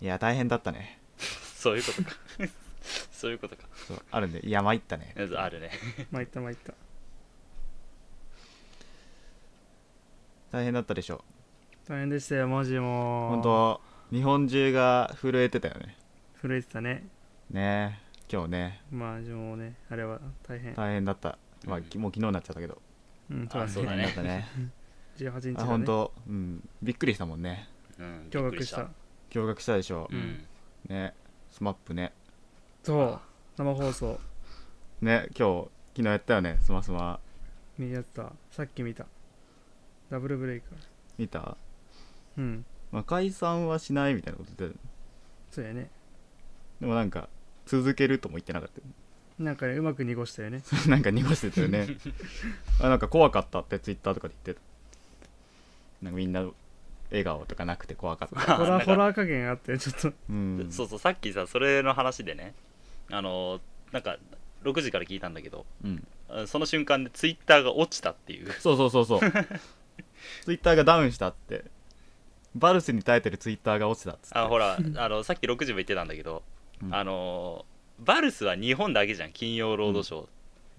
いや大変だったね そういうことかそういうことかそうあるんでいや参ったねあるね参った参った大変だったでしょ大変でしたよマジもう本当日本中が震えてたよね震えてたねねえ今日ねまあもうねあれは大変大変だった、まあ、うんきもう昨日になっちゃったけどうんあそうだ大変だったね ね18日あだ本ね当、うん、びっくりしたもんねうん驚びっく愕りした驚愕したでしょう、んねスマップねそう生放送ね今日昨日やったよねスマスマ見やってたさっき見たダブルブレイク見た、うんまあ、解散はしないみたいなこと言ってたそうやねでもなんか続けるとも言ってなかったよなんかねうまく濁したよねね なんか濁してたよねあなんか怖かったってツイッターとかで言ってたなんかみんな笑顔とかなくて怖かった、ホラ なんーかホラー加減あったよちょっとうん、そうそうさっきさそれの話でねあのなんか6時から聞いたんだけどうんあその瞬間でツイッターが落ちたっていうそうそう そうそうツイッターがダウンしたってバルスに耐えてるツイッターが落ちたっつってあほらあのさっき6時も言ってたんだけど、うんあのバルスは日本だけじゃん金曜ロードショー、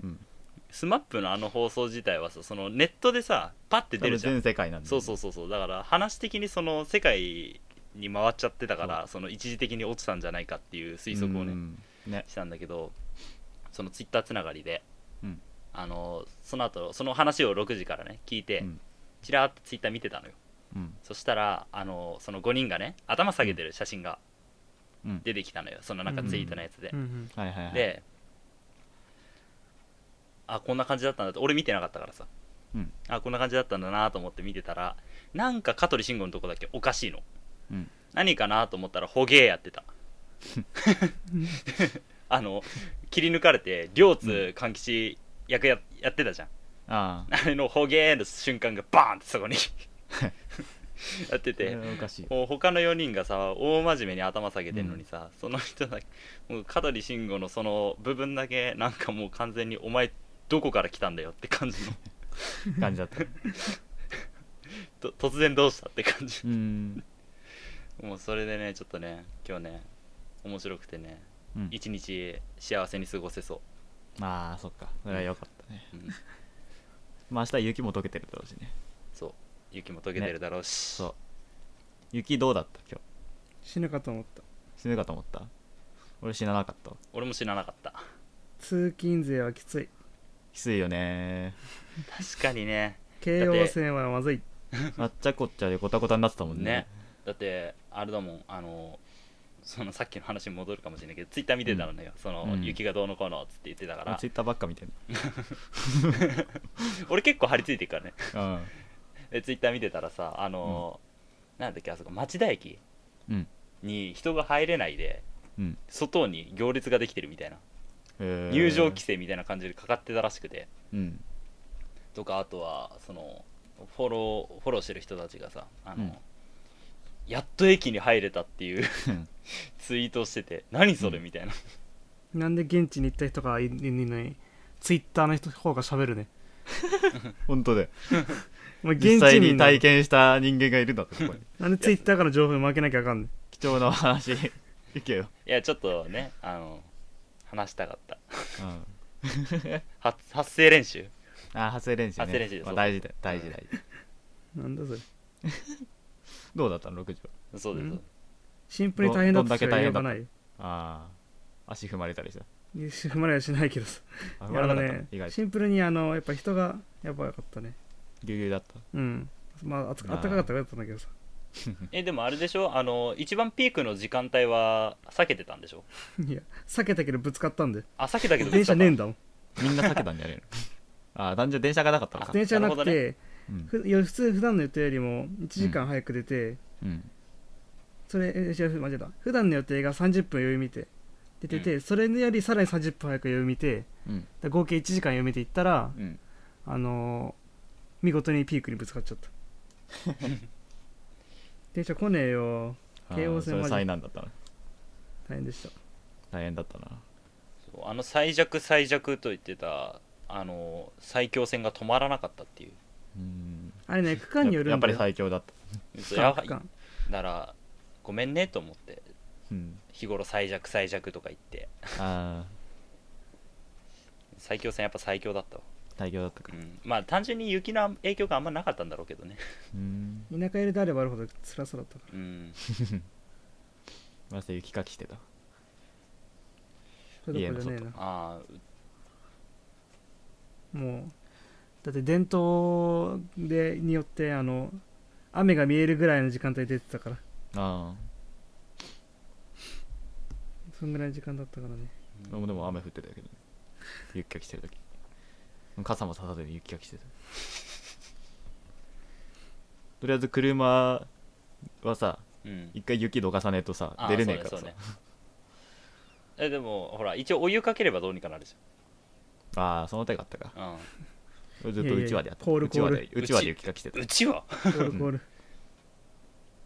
うん、スマップのあの放送自体はさそのネットでさパッて多出る分じゃん全世界なんでそうそうそうそうだから話的にその世界に回っちゃってたからその一時的に落ちたんじゃないかっていう推測をね、うんねしたんだけどそのツイッターつながりで、うんあのその後その話を6時からね聞いて、うんちらっとツイッター見てたのようんそしたらあのその5人がね頭下げてる写真がうん出てきたのよそのなんかツイートのやつでう、んはいはいはいであこんな感じだったんだって俺見てなかったからさ、うんあこんな感じだったんだなと思って見てたらなんか香取慎吾のとこだけおかしいの、うん何かなと思ったらホゲーやってたあの 切り抜かれて両津勘吉役ややってたじゃんあああれのホゲーの瞬間がバーンってそ こにやってそれてはおかしいもう他の4人がさ大真面目に頭下げてんのにさ、その人だけもう香取慎吾のその部分だけなんかもう完全にお前どこから来たんだよって感じ の感じだ ったと突然どうしたって感じうんもうそれでねちょっとね今日ね面白くてねうん一日幸せに過ごせそまあそっかそれはよかったねう、うん、まあ明日雪も溶けてるだろうしねそう雪も溶けてるだろうし、そう雪どうだった今死ぬかと思った日死ぬかと思った俺死ななかった俺も死ななかった通勤税はきついきついよね確かにね京王線はまずいあっちゃこっちゃでごたごたになってたもんねねだってあれだもんあのそのさっきの話に戻るかもしれないけどツイッター見てたのね、その、うん雪がどうのこうのっつって言ってたからツイッターばっか見てる俺結構張り付いてるからねうんでツイッター見てたらさあのーなんだっけあそこ町田駅うんに人が入れないでうん外に行列ができてるみたいな、えー入場規制みたいな感じでかかってたらしくてうんとかあとはそのフォローフォローしてる人たちがさあの、うんやっと駅に入れたっていう ツイートをしてて何それみたいな、なんで現地に行った人がいるのにツイッターの人方が喋るね本当でもう現実地際にいんにの体験した人間がいるんだってここになんでツイッターから情報に負けなきゃあかんねん貴重なお話 いけよ、いやちょっとねあの話したかったうん、発発声練習あ発声練習ね発声練習まそあ、う大事だよ大事大事、なんだそれどうだったの6時はそうです、うんシンプルに大変だったしか言いようがないああ足踏まれたりした踏まれはしないけどさああ踏まれなのかったの、ね意外とシンプルにあのやっぱ人がやばかったねぎゅうぎゅうだったうんまああつあーあったかかったらよかったんだけどさ えでもあれでしょあの一番ピークの時間帯は避けてたんでしょいや避けたけどぶつかったんであ避けたけど電車ねえんだだもんみんな避けたんじゃねえのああ単純に電車がなかったのか電車ななくるほてうんふいや普通普段の予定よりも1時間早く出て、うんそれえ違う間違えた普段の予定が30分余裕見て出てて、それよりさらに30分早く余裕見てうんだ合計1時間読めていったら、うんあのー見事にピークにぶつかっちゃった 電車来ねえよああ京王線それまで災難だったな大変でした大変だったなそうあの最弱最弱と言ってたあの最強戦が止まらなかったっていううんあれね区間によやるやっんぱだりよ最強だったそうや区間だからごめんねと思ってうん、日頃最弱最弱とか言ってああ最強戦やっぱ最強だったわ、大業だったかうん、まあ単純に雪の影響があんまなかったんだろうけどねうん田舎入りであればあるほど辛そうだったかうんまさ雪かきしてたらそれどころじゃねえあなもうだって伝統でによってあの雨が見えるぐらいの時間帯出てたからあそんぐらいの時間だったからねあでもでも雨降ってたけど、ね、雪かきしてる時傘もささずに雪かきしてた とりあえず車はさあうん一回雪どかさねえとさあー 出れねえからそうさ、ねそうねえでもほら一応お湯かければどうにかなるじああその手があったかゃん、ずっとうちわでやってたいやいやコールうちわでコールうちわで雪かきしてたうん、うちはゴー ルゴール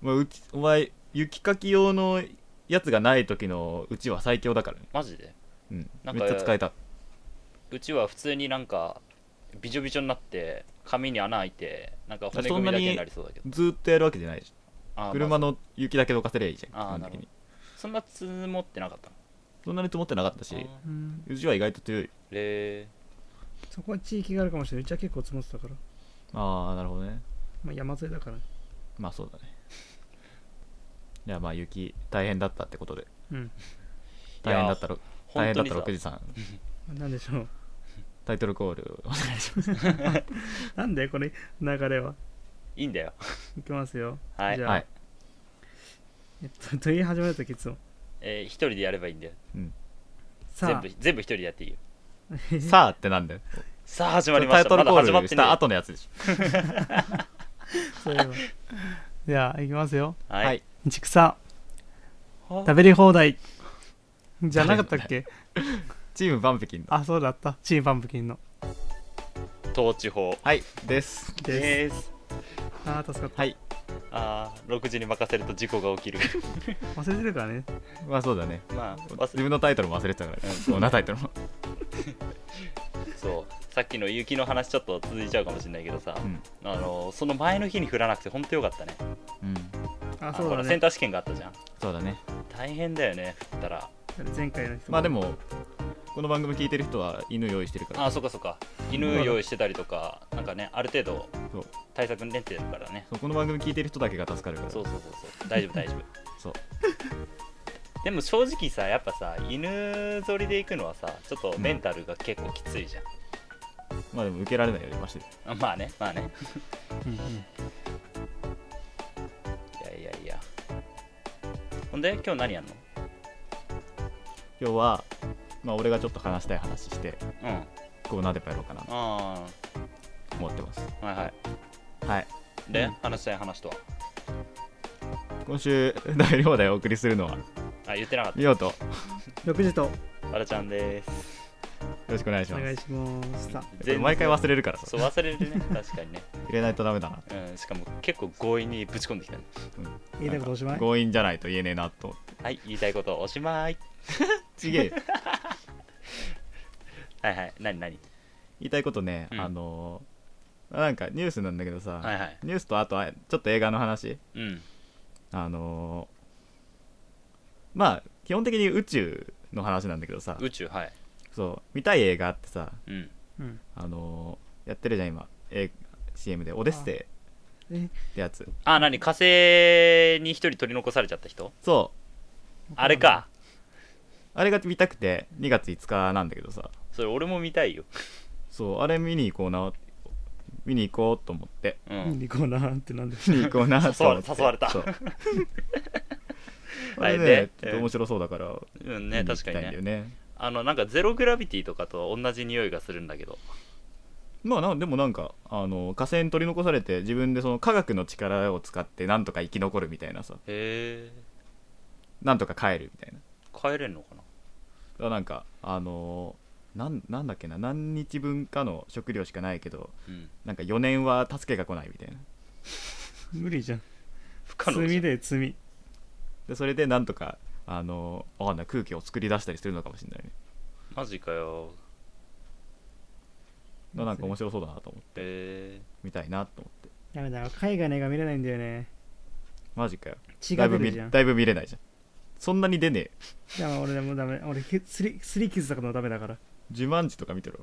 まあ、うちお前雪かき用のやつがない時のうちは最強だからね、マジでうん、なんめかっちゃ使えたうちは普通になんかびちょびちょになって髪に穴開いてなんか骨そん組なみにだけになりそうだけどずーっとやるわけじゃないでしあょー車まの雪だけどかせりゃいいじゃんあー基本的にあそんな積もってなかったのそんなに積もってなかったしあーうんうちは意外と強いれそこは地域があるかもしれないうちは結構積もってたから、ああなるほどねまあ、山沿いだからまあそうだね いやまあ雪大変だったってことでうん大変だったろ大本変当だったにさ6時さんなんでしょうタイトルコールお願いしますなんでこれ流れはいいんだよいきますよはいじゃあ、はいえっとと言い始めた時いつもえー一人でやればいいんだよ全さ部全部一人でやっていいよ あさあってなんだよさあ始まりまタしイたトルまだコ始まーっルてしねた後のやつでしそういえばじゃあいきますよょははいいちくさは食べり放題じゃなかったっけチームバンペキンのあそうだったチームパンプキンの統治法はいですでですああ助かっはいああ6時に任せると事故が 起きるた忘れてるからねまあそうだねまあ忘自分のタイトルも忘れてたから、うんそうそんなタイトルも、そうさっきの雪の話ちょっと続いちゃうかもしれないけどさ、うんあのその前の日に降らなくて本当よかったねうん、ああそうほだらセンねター試験があったじゃんそうだね大変だよね降ったら前回の人まあでもこの番組聞いてる人は犬用意してるからあそっかそっか犬用意してたりとかなんかねある程度そう対策練ってるからねそうこの番組聞いてる人だけが助かるからそうそうそうそう大丈夫大丈夫そうでも正直さやっぱさ犬ぞりで行くのはさちょっとメンタルが結構きついじゃん、まあでも受けられないよりましてあまあねまあねうんうんいやいやいやほんで今日何やんの今日は、まあ、俺がちょっと話したい話してうんあこうなでぱやろうかなとあ思ってますーはいははいいで、うん話したい話とは今週大量でお送りするのはあ言ってなかっみようとよ6時とおたあらちゃんですろしくお願いしま願いすしましたこれ毎回忘れるからさそう忘れるね 確かにね、入れないとダメだなうん、しかも結構強引にぶち込んできたね言いたいことおしまい強引じゃないと言えねえなと思っはい言いたいことおしまいて ちげえよはいはい何何言いたいことね、うんあのーなんかニュースなんだけどさ、はいはいニュースとあとあちょっと映画の話うんあのーまあ基本的に宇宙の話なんだけどさ宇宙はいそう見たい映画ってさうんうんあのーやってるじゃん今、え CM で「オデッセイ」っえてやつあ何火星に一人取り残されちゃった人そうあれかあれが見たくて2月5日なんだけどさそれ俺も見たいよそうあれ見に行こうな見に行こうと思って う見んに行こうなってなんで見に行こうなと思って誘われた そうああれれねねちょっと面白そうだからうん見ねに行確きかたいんにだねよねあのなんかゼログラビティとかと同じ匂いがするんだけどまあなでもなんかあの火星に取り残されて自分でその科学の力を使ってなんとか生き残るみたいなさへえなんとか帰るみたいな帰れんのかなだからなんかあのーなんなんだっけな何日分かの食料しかないけどうんなんか4年は助けが来ないみたいな無理じゃん不可能じゃ罪んで罪でそれでなんとかあのーわかんない空気を作り出したりするのかもしれないねマジかよだからなんか面白そうだなと思ってへえ見たいなと思ってダメだよ海外の映画見れないんだよねマジかよ血だがいぶ見出るじゃんだいぶ見れないじゃんそんなに出ねえいや俺でもダメ俺ひすりすり傷とかのダメだから自慢字とか見てろ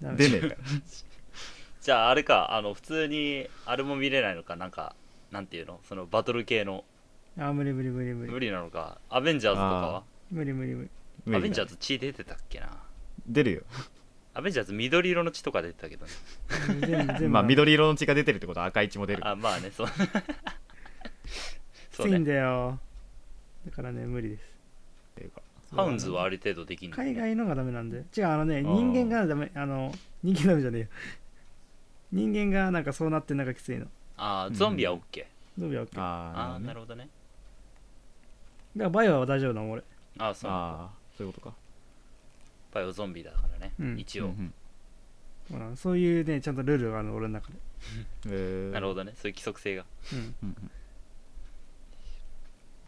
ダメ出ねえからじゃああれかあの普通にあれも見れないのかなんかなんていうのそのバトル系のあ無理無理無理無無理理なのかアベンジャーズとかは無理無理無 理無理だアベンジャーズ血出てたっけな出るよアベンジャーズ緑色の血とか出てたけどね全部全部まあ緑色の血が出てるってことは赤い血も出る あまあねそうき そつういんねだよだからね無理ですっていうかハウンズはある程度できんの海外のがダメなんで違うあのねあー人間がダメあの人間ダメじゃねえよ 人間がなんかそうなってなんかきついのあーゾンビは OK、ゾンビは OK だかあああーななるるほどねらバイオは大丈夫なの俺ああほどそうなんだああそういうことかバイオゾンビだからね、うん一応、うんうんうんそういうねちゃんとルールがあるの俺の中でえーなるほどねそういう規則性がうんうんうん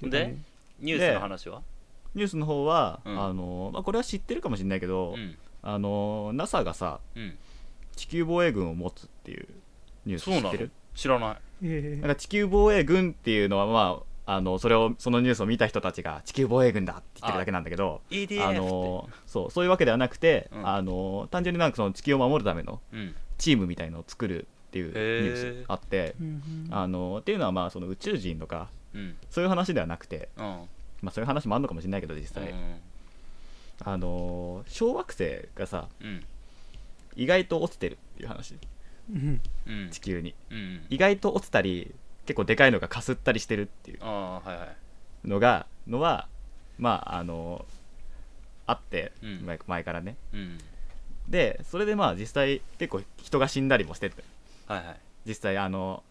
でニュースの話はニュースの方は、うんあのまあ、これは知ってるかもしれないけど、うんあの NASA がさうん地球防衛軍を持つっていうニュースそう知なっのてる知らないえなえんか地球防衛軍っていうのは、まあ、あのそれをそのニュースを見た人たちが地球防衛軍だって言ってるだけなんだけど EDF って、あのそうそういうわけではなくて、うんあの単純になんかその地球を守るためのうんチームみたいのを作るっていうニュースあって、うんあのっていうのはまあその宇宙人とかうんそういう話ではなくて、うんまあ、そういう話もあるのかもしれないけど実際、あの小惑星がさうん意外と落ちてるっていう話うんうん地球にうん意外と落ちたり結構でかいのがかすったりしてるっていうああはいはいのがのはまああのあって、うん前前からねうんでそれでまあ実際結構人が死んだりもしててはいはい実際あの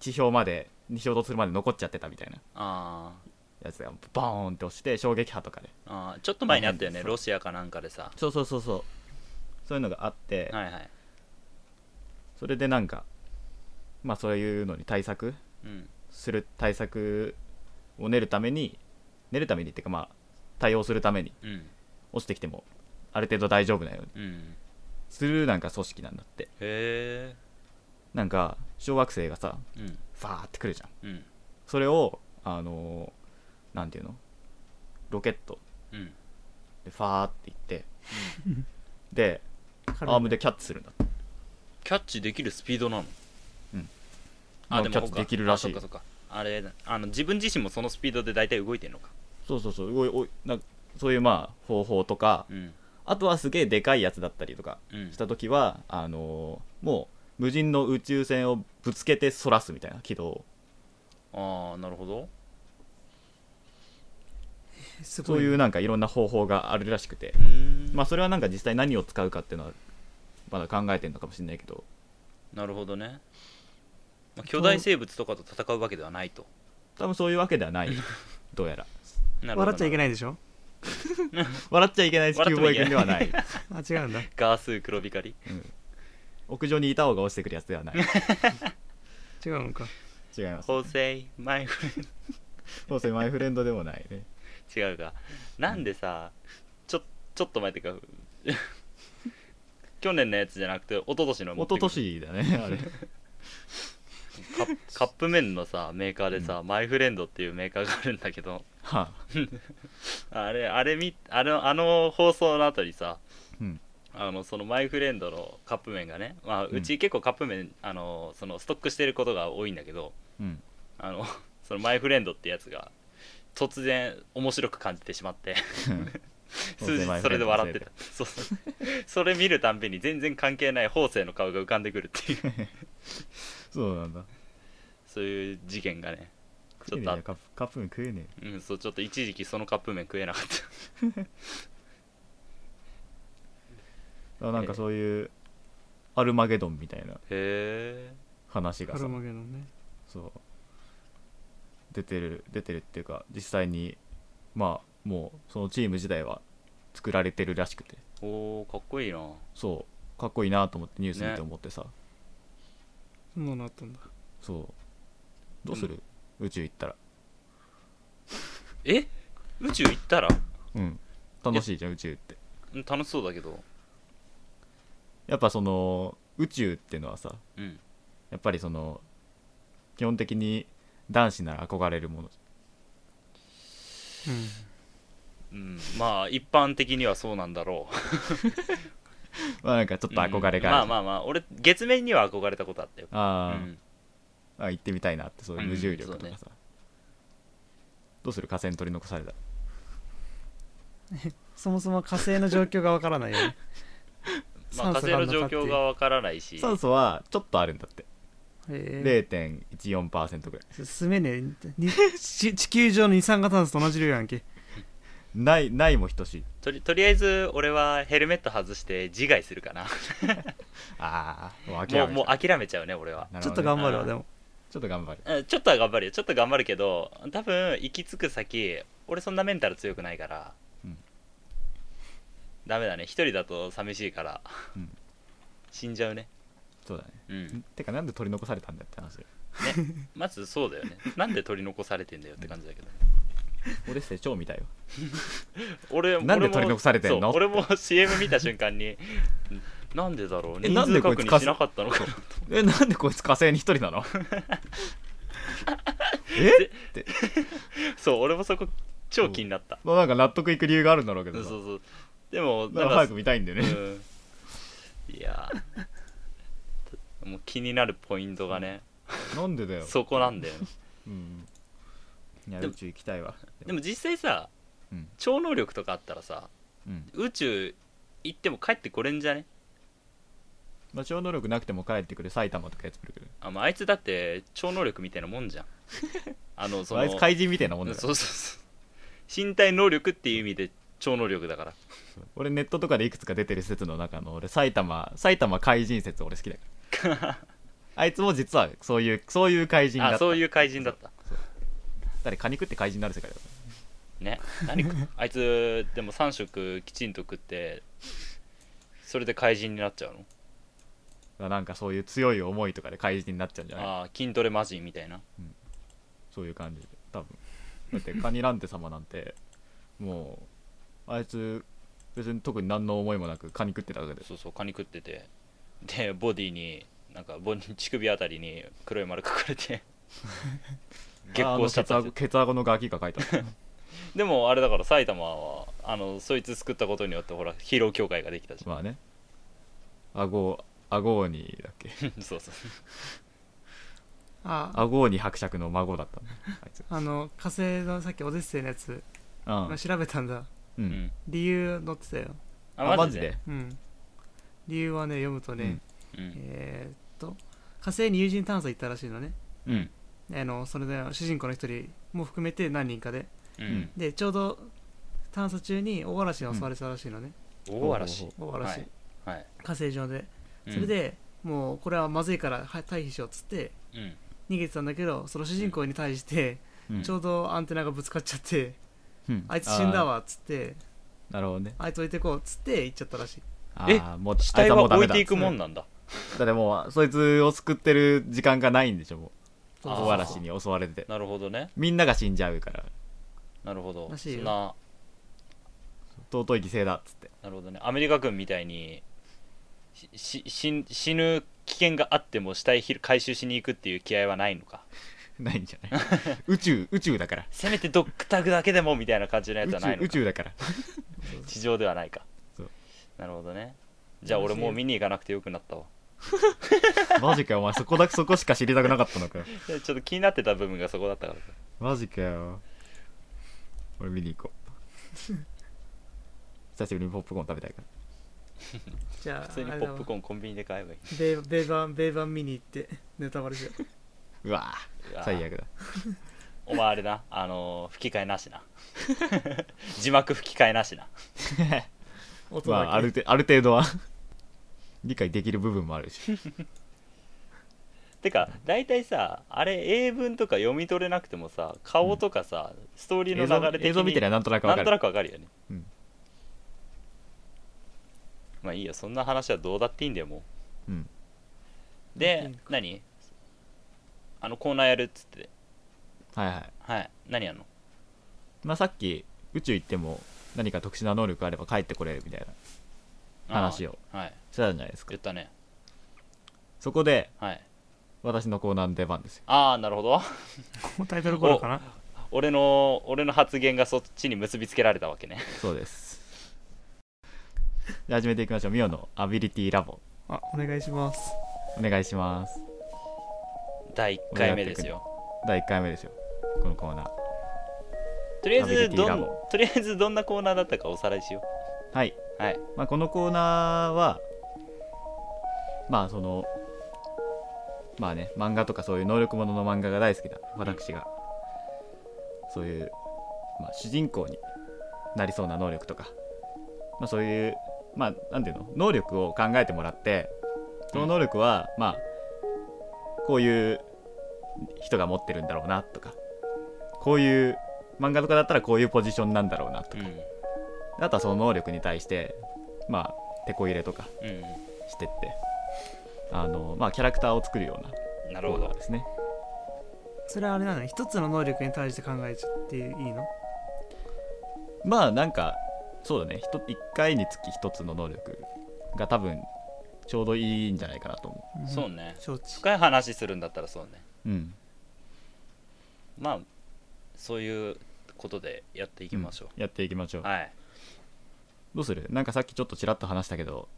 地地表までに衝突するまで残っちゃってたみたいなあーやつがバーンって落ちて衝撃波とかであーちょっと前にあったよねそうロシアかなんかでさそうそうそうそうそういうのがあって、はいはいそれでなんかまあそういうのに対策うんする対策を練るために練るためにっていうかまあ対応するためにうん落ちてきてもある程度大丈夫なようにうんするなんか組織なんだってへえなんか小惑星がさうんファーってくるじゃんうんそれをあのーなんていうのロケットうんでファーってい ってでアームでキャッチするんだってキャッチできるスピードなのうんあもうでもキャッチほうかできるらしいあそっかそっかあれあの自分自身もそのスピードで大体動いてるのかそうそうそうおいおいなんかそういうまあ方法とかうんあとはすげえでかいやつだったりとかうんした時はあのーもう無人の宇宙船をぶつけてそらすみたいな軌道をああなるほどすそごういいうなんかいろんな方法があるらしくてうーんまあそれはなんか実際何を使うかっていうのはまだ考えてるのかもしれないけどなるほどね、まあ、巨大生物とかと戦うわけではないと多分そういうわけではない どうやらなるほど笑っちゃいけなないいでしょ笑っちゃいけない地球防衛軍ではない あ違うんだガースー黒光りうん屋上にいた方が落ちてくるやつ ではない違うのか 違います構成マイフレンどうせマイフレンドでもないねド違うかなんでさちょちょっと前っていうか 去年のやつじゃなくて一昨年の持一って昨くる年だねあ れカッカップ麺のさメーカーでさ、マイフレンドっていうメーカーがあるんだけどはああれあれみあのあの放送の後にさ、うんあのそのマイフレンドのカップ麺がね、まあ、うんうち結構カップ麺、あのそのストックしてることが多いんだけど うんあのそのマイフレンドってやつが突然面白く感じてしまって数日それで笑ってたそうそうそれ見るたんびに全然関係ない方正の顔が浮かんでくるっていうそうなんだそういう事件がね食えちょっねとあえよカップカップ麺食えねうん、そうちょっと一時期そのカップ麺食えなかったえあなんかそういうアルマゲドンみたいなへえ話がカさルマゲのねそう出てる出てるっていうか実際にまあもうそのチーム自体は作られてるらしくておーかっこいいなそうかっこいいなと思ってニュース見て思ってさ、そんなのあったんだそうどうする、宇宙行ったらえ宇宙行ったらうん楽しいじゃん宇宙ってうん楽しそうだけどやっぱその宇宙っていうのはさうんやっぱりその基本的に男子なら憧れるものうん、まあ一般的にはそうなんだろ うまあなんかちょっと憧れがまあある、まあまあ俺月面には憧れたことあったよ、あうんーあ行ってみたいなってそういう無重力うんとそうねかさ、どうする河川取り残されたらそもそも火星の状況がわからないよ ねまあ、酸素風がのな状かって況がわからないし酸素はちょっとあるんだって、え0.14%ぐらいー、住めねえに地地球上の二酸化炭素と同じ量やんけないないも等しいとりとりあえず俺はヘルメット外して自害するかなああもう諦もめうもう諦めちゃうね俺はなちるょっほとどね頑張るわでもちょっと頑張るうんちょっとは頑張るよちょっと頑張るけど多分行き着く先俺そんなメンタル強くないから、うんダメだね一人だと寂しいから、うん死んじゃうねそうだねうんてかなんで取り残されたんだって 話まずそう だよねなんで取り残されてんだよって感じだけど、俺して超見たよ俺なんで取り残されてんの俺もそう俺も CM 見た瞬間になんでだろうえ人なんで数こい確つ認しなかったのかえなんでこいつ火星に一人 なのえそう俺もそこ超気になったもうなんか納得いく理由があるんだろうけそうどさそうそうでなもんかなん早かく見たいんだよね、うんいやーもう気になるポイントがね、なんでだよそこなんだよねうんいやでも宇宙行きたいわでも実際さ、うん超能力とかあったらさうん宇宙行っても帰ってこれんじゃねまあ超能力なくても帰ってくる埼玉とかやつ来るけどあ,、まあ、あいつだって超能力みたいなもん じゃんあのそのあいつ怪人みたいなもんだかそらうそうそう身体能力っていう意味で超能力だから俺ネットとかでいくつか出てる説の中の俺埼玉埼玉怪人説俺好きだから あいつも実はそういうそういう怪人だったあそういうう怪人だった誰果肉って怪人になる世界だかね何食あいつでも3食きちんと食ってそれで怪人になっちゃうのらなんかそういう強い思いとかで怪人になっちゃうんじゃないああ筋トレ魔人みたいなそういう感じで多分だってカニランテ様なんてもうあいつ別に特に何の思いもなくカニ食ってたわけでそうそうカニ食っててでボディになんかボディ乳首あたりに黒い丸書かれて 激ああ光のしちゃったケツアっゴてケツアゴのガキが書いたでもあれだから埼玉はあのそいつ救ったことによってほらヒーロー協会ができたじまあね顎顎にだっけゃん そうそうああ顎に伯爵の孫だったのあいつあの火星のさっきオデッセイのやつ、まあ調べたんだうん、う、うんん理由載ってたよあマジでうん理由はね読むとね、うんえーっと火星に友人探査行ったらしいのねうんあのそれで主人公の一人も含めて何人かでうんでちょうど探査中に大嵐に襲われてたらしいのね、大嵐ほ大嵐、はいはい火星上でうんそれで、もうこれはまずいからは退避しようっつってうん逃げてたんだけどその主人公に対して、うんちょうどアンテナがぶつかっちゃって、うんあいつ死んだわっつってあーなるほどねあいつ置いてこうっつって行っちゃったらしいあえーもう死あい体つははもうダ置メいだていくもんなんだだってもうそいつを救ってる時間がないんでしょもうあー大 嵐に襲われてなるほどねみんなが死んじゃうからなるほどそらしいよんな尊い犠牲だっつってなるほどねアメリカ軍みたいにしし死死ぬ危険があっても死体ひ回収しに行くっていう気合はないのかないんじゃ ない宇宙宇宙だからせめてドクタグだけでもみたいな感じのやつ宇はない宙の宇宙だかから地上ではないかそうなるほどねじゃあ俺もう見に行かなくてよくなったわマジかよお前そこだそこしか知りたくなかったのかよいや ちょっと気になってた部分がそこだったからさマジかよ俺見に行こう 久しぶりにポップコーン食べたいからじゃあ普通にあれポだッわプコーンコンビニで買えばいいベーベーバンベーバン見に行ってネタバレ しよううわうわー最悪だお前あれなあのー吹き替えなしな 字幕吹き替えなしな音まだけ、ああるてある程度は理解できる部分もある してか大体さあれ英文とか読み取れなくてもさ顔とかさ、ストーリー映の像流れ的に映像見てりゃなんとなくわなかんとなるくわかるよね、うんまあいいよそんな話はどうだっていいんだよもうんういいでのか何あのコーナーやるっつっててはいはいはい何やんのまあさっき宇宙行っても何か特殊な能力あれば帰ってこれるみたいなあー話をはいしてたじゃないですか言ったねそこではい私のコーナーの出番ですよああなるほど もうタイトルコールかな俺の俺の発言がそっちに結びつけられたわけねそう ですじゃあ始めていきましょうミオのアビリティラボあお願いしますお願いします第1回目ですよ第1回目ですよこのコーナーとりあえアビずリティどラんボとりあえずどんなコーナーだったかおさらいしよはい、うはいまあ、このコーナーはまあそのまあね漫画とかそういう能力ものの漫画が大好きな私がそういう、まあ、主人公になりそうな能力とか、まあ、そういうまあなんていうの能力を考えてもらってその能力は、まあこういう人が持ってるんだろうなとかこういう漫画とかだったらこういうポジションなんだろうなとかう、んあとはその能力に対してまあてこ入れとかうしてってあのまあキャラクターを作るようなんなるコほーナどーですねそれはあれなの一つの能力に対して考えちゃっていいのまあなんかそうだね1回につき1つの能力が多分ちょうどいいんじゃないかなと思そうね承知深い話するんだったらそうねううんまあそういうことでやっていきましょやっていきましょう、うはいどうするなんかさっきちょっとちらっと話したけど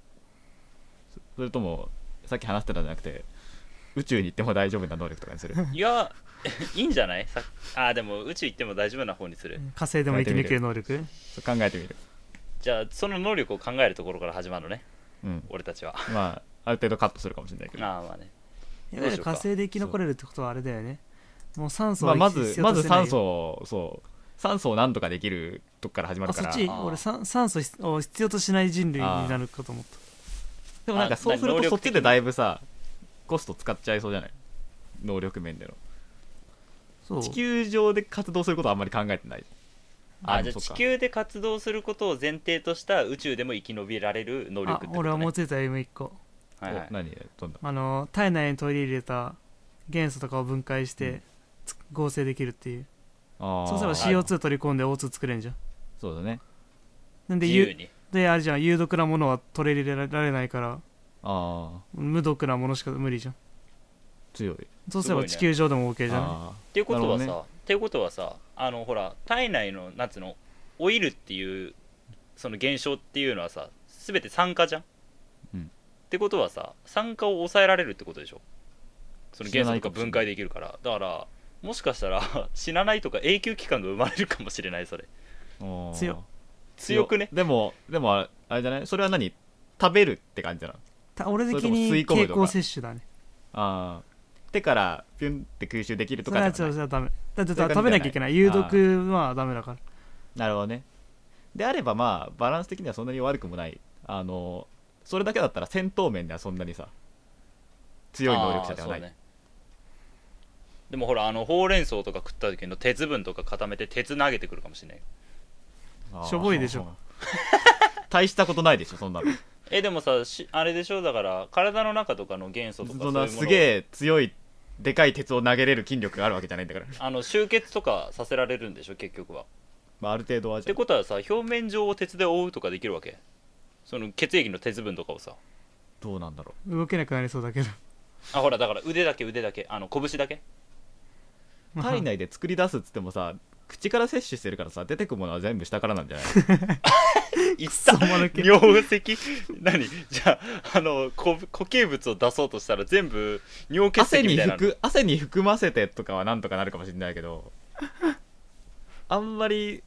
そそれともさっき話してたんじゃなくて宇宙に行っても大丈夫な能力とかにす るいやいいんじゃないさあーでも宇宙行っても大丈夫な方にする火星でも生き抜ける能力そう考えてみるじゃあその能力を考えるところから始まるねうん俺たちはまあある程度カットするかもしれないけどああまあねいんわゆる火星で生き残れるってことはあれだよねもう酸素まはあ、ま必ず要まとずしてない酸素をそう酸素をなんとかできるとこから始まあるかそらっちあー俺酸酸素を必要としない人類になるかと思ったでもなんかあそうす能ると力そっち的でにだいぶさコスト使っちゃいそうじゃない能力面でのそう地球上で活動することはあんまり考えてないあでじゃもそあ地っか球で活動することを前提とした宇宙でも生き延びられる能力ってあこと、ね、俺は思いついた M1 個おはいはい何どんなあの体内に取り入れた元素とかを分解して、つ合成できるっていうあーそうすれば CO2 取り込んで O2 作れんじゃんそうだねなんで自ゆ由にであれじゃん有毒なものは取り入れられないからああ無毒なものしか無理じゃん強いそうすればすごいね地球上でも OK じゃん、あっていうことはなさ、るほどっていうことはさあのほら体内の夏のオイルっていうその現象っていうのはさ全て酸化じゃん、うんってことはさ酸化を抑えられるってことでしょその死な元な素いとかかもしれない分解できるからだからもしかしたら 死なないとか永久期間が生まれるかもしれないそれーおー強強くねでもでもあれあれじゃないそれは何食べるって感じなのた俺それ的ともに吸い込む蛍とか光摂取だねああ手からピュンって吸収できるとそかれじゃはないそれはダメだってそういう感じ食べなきゃいけない有じゃない毒はダメだからなるほどねであればまあバランス的にはそんなに悪くもないあのそれだけだったら戦闘面ではそんなにさ強い能力者ではない、あーそうねでもほらあのほうれん草とか食った時の鉄分とか固めて鉄投げてくるかもしれないあーしょぼいでしょ大したことないでしょそんなのえでもさしあれでしょだから体の中とかの元素とそかんそうないうものすげえ強いでかい鉄を投げれる筋力があるわけじゃないんだから、あの集結とかさせられるんでしょ結局はっまあ、ある程度はじてゃことはさ表面上を鉄で覆うとかできるわけその血液の鉄分とかをさどうなんだろ動けなくなりそうだけどあほらだから腕だけ腕だけあの拳だけ う体内で作り出すっつってもさ口から摂取してるからさ出てくものは全部下からなんじゃないいっくそ間抜け尿石 何じゃああのこ固形物を出そうとしたら全部尿血汗石みにたいなの含汗に含ませてとかはなんとかなるかもしれないけど あんまり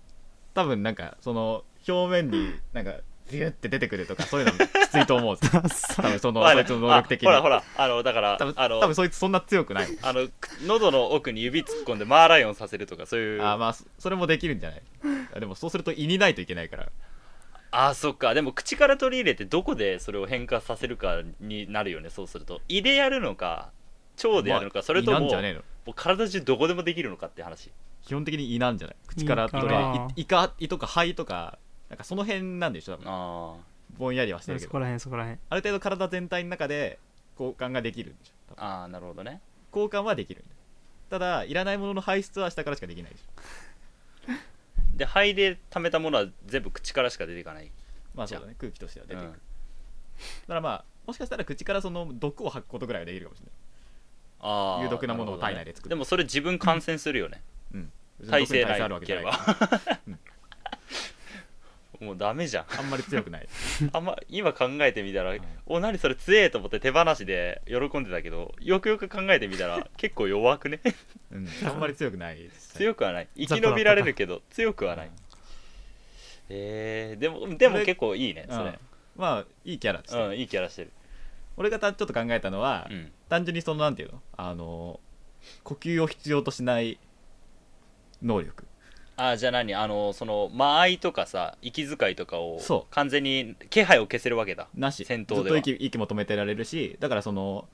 多分なんかその表面になんかビュって出てくるとかそういうのきついと思 う多分そのまあそいつの能力的にあほらほらあのだから多分あの多分そいつそんな強くないあのく喉の奥に指突っ込んでマーライオンさせるとかそういうあーまあそそれもできるんじゃないあでもそうすると胃にないといけないからあーそっかでも口から取り入れてどこでそれを変化させるかになるよねそうすると胃でやるのか腸でやるのか、まあそれとも胃なんじゃねえのもう体中どこでもできるのかって話基本的に胃なんじゃない口から取胃れかな胃胃か胃とか肺とかなんかその辺なんでしょ多分あぼんやりはしてるけそどこら辺そこら辺ある程度体全体の中で交換ができるんでしょ多分ーあーなるほどね交換はできるただいらないものの排出は下からしかできないでしょで肺で溜めたものは全部口からしか出ていかないまあそうだね空気としては出てくる、だからまあもしかしたら口からその毒を吐くことぐらいはできるかもしれないああ有毒なものを体内でる作ほどるねでもそれ自分感染するよね、うん体勢特になあるいわけじけゃれないばからもうダメじゃんあんまり強くない あんま今考えてみたら、うんお何それ強えと思って手放しで喜んでたけどよくよく考えてみたら結構弱くね うん、あんまり強くないですね強くはない生き延びられるけど強くはない、えー、でもでもそれ結構いいねうんそまあいいキャラです、れ、ねうん、いいキャラしてる、俺がたちょっと考えたのは、うん、単純にそのなんていうのあの呼吸を必要としない能力あーじゃあ何あのその間合いとかさ息遣いとかをそう完全に気配を消せるわけだなし戦ず闘っでとは息息も止めてられるしだからその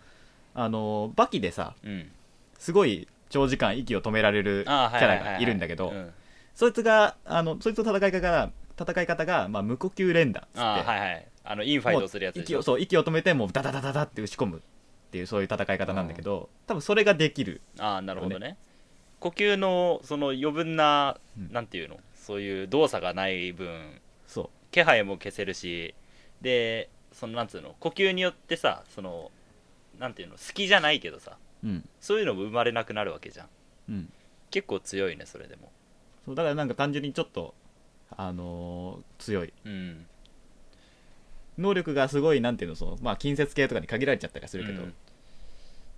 あのバキでさうんすごい長時間息を止められるキあーはいャラはいはいはがいいるんだけどうんそいつがあのそいつの戦い方が戦い方が、まあ、無呼吸連打っつってあーはいはいあのインファイトをするやつでし息ょをそう息を止めてもうダダダダダって打ち込むっていうそういう戦い方なんだけど、多分それができるああなるほどね呼吸のその余分な、うんなんていうのそういう動作がない分そう気配も消せるしでそのなんつうの呼吸によってさそのなんていうの好きじゃないけどさうんそういうのも生まれなくなるわけじゃんうん結構強いねそれでもそうだからなんか単純にちょっとあのー強いうん能力がすごいなんていうのそのまあ近接系とかに限られちゃったりはするけど、うん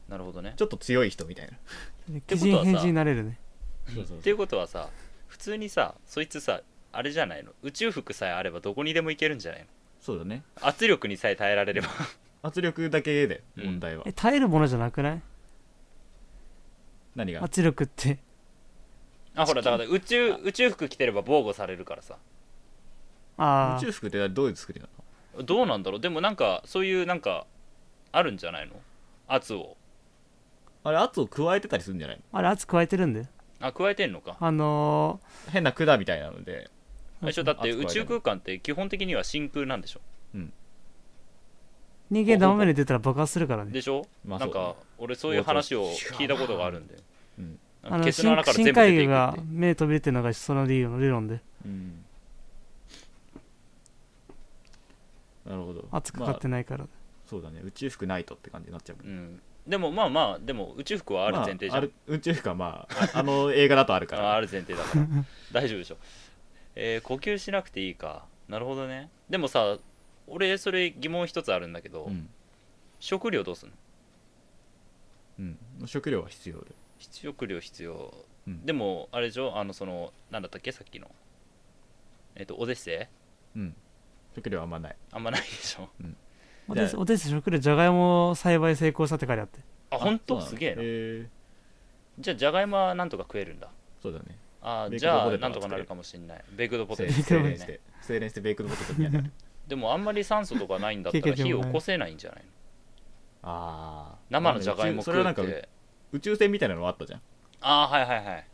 なるほどねちょっと強い人みたいなて基ことはさ人変人になれるねそうそうっていうことはさ普通にさそいつさあれじゃないの宇宙服さえあればどこにでも行けるんじゃないのそうだね圧力にさえ耐えられれば圧力だけでうん問題は、え耐えるものじゃなくない何が圧力ってあほらだから宇宙宇宙服着てれば防護されるからさ宇ああ宙服ってどういう作りなのどうなんだろうでもなんかそういうなんかあるんじゃないの圧をあれ圧を加えてたりするんじゃないのあれ圧加えてるんだよあ加えてんのかあの変な管みたいなのでうん一応だって圧加えてん宇の宙空間って基本的には真空なんでしょー人間ダメに出たら爆発するからねでしょ、まあなんそうだか俺そういう話を聞いたことがあるんで、うんなんあかのケツの深穴から全深部出海てい魚くっがて目飛び出てるのがその理由の理論でうんなるほど圧かかってまあないから、そうだね宇宙服ないとって感じになっちゃうけうどん、でもまあまあでも宇宙服はある前提じゃん、まあある宇宙服はまあ ああの映画だとあるかああらる前提だ から大丈夫でしょ、えー呼吸しなくていいかなるほどねでもさ俺それ疑問一つあるんだけど、うん食料どうすんのうん食料は必要で食料必要、うんでもあれでしょあのそのなんだったっけさっきのえっ、とオデッセイうん食料はあんまないあんまないでしょおじゃあ手お手伝い食料じゃがいも栽培成功したって書いてあってあ本当そうなのすげえな、へじゃあじゃがいもはなんとか食えるんだそうだねあーベイクじドゃポあテトなはんとかなるかもしれないベイクドポテト精ト錬ねして精錬してベイクドポテトにはなるでもあんまり酸素とかないんだったら経験火でをもない起こせないんじゃないのああ生のじゃがいもそれ食はうなっんか宇て宇宙船みたいなのあったじゃんああはいはいはい、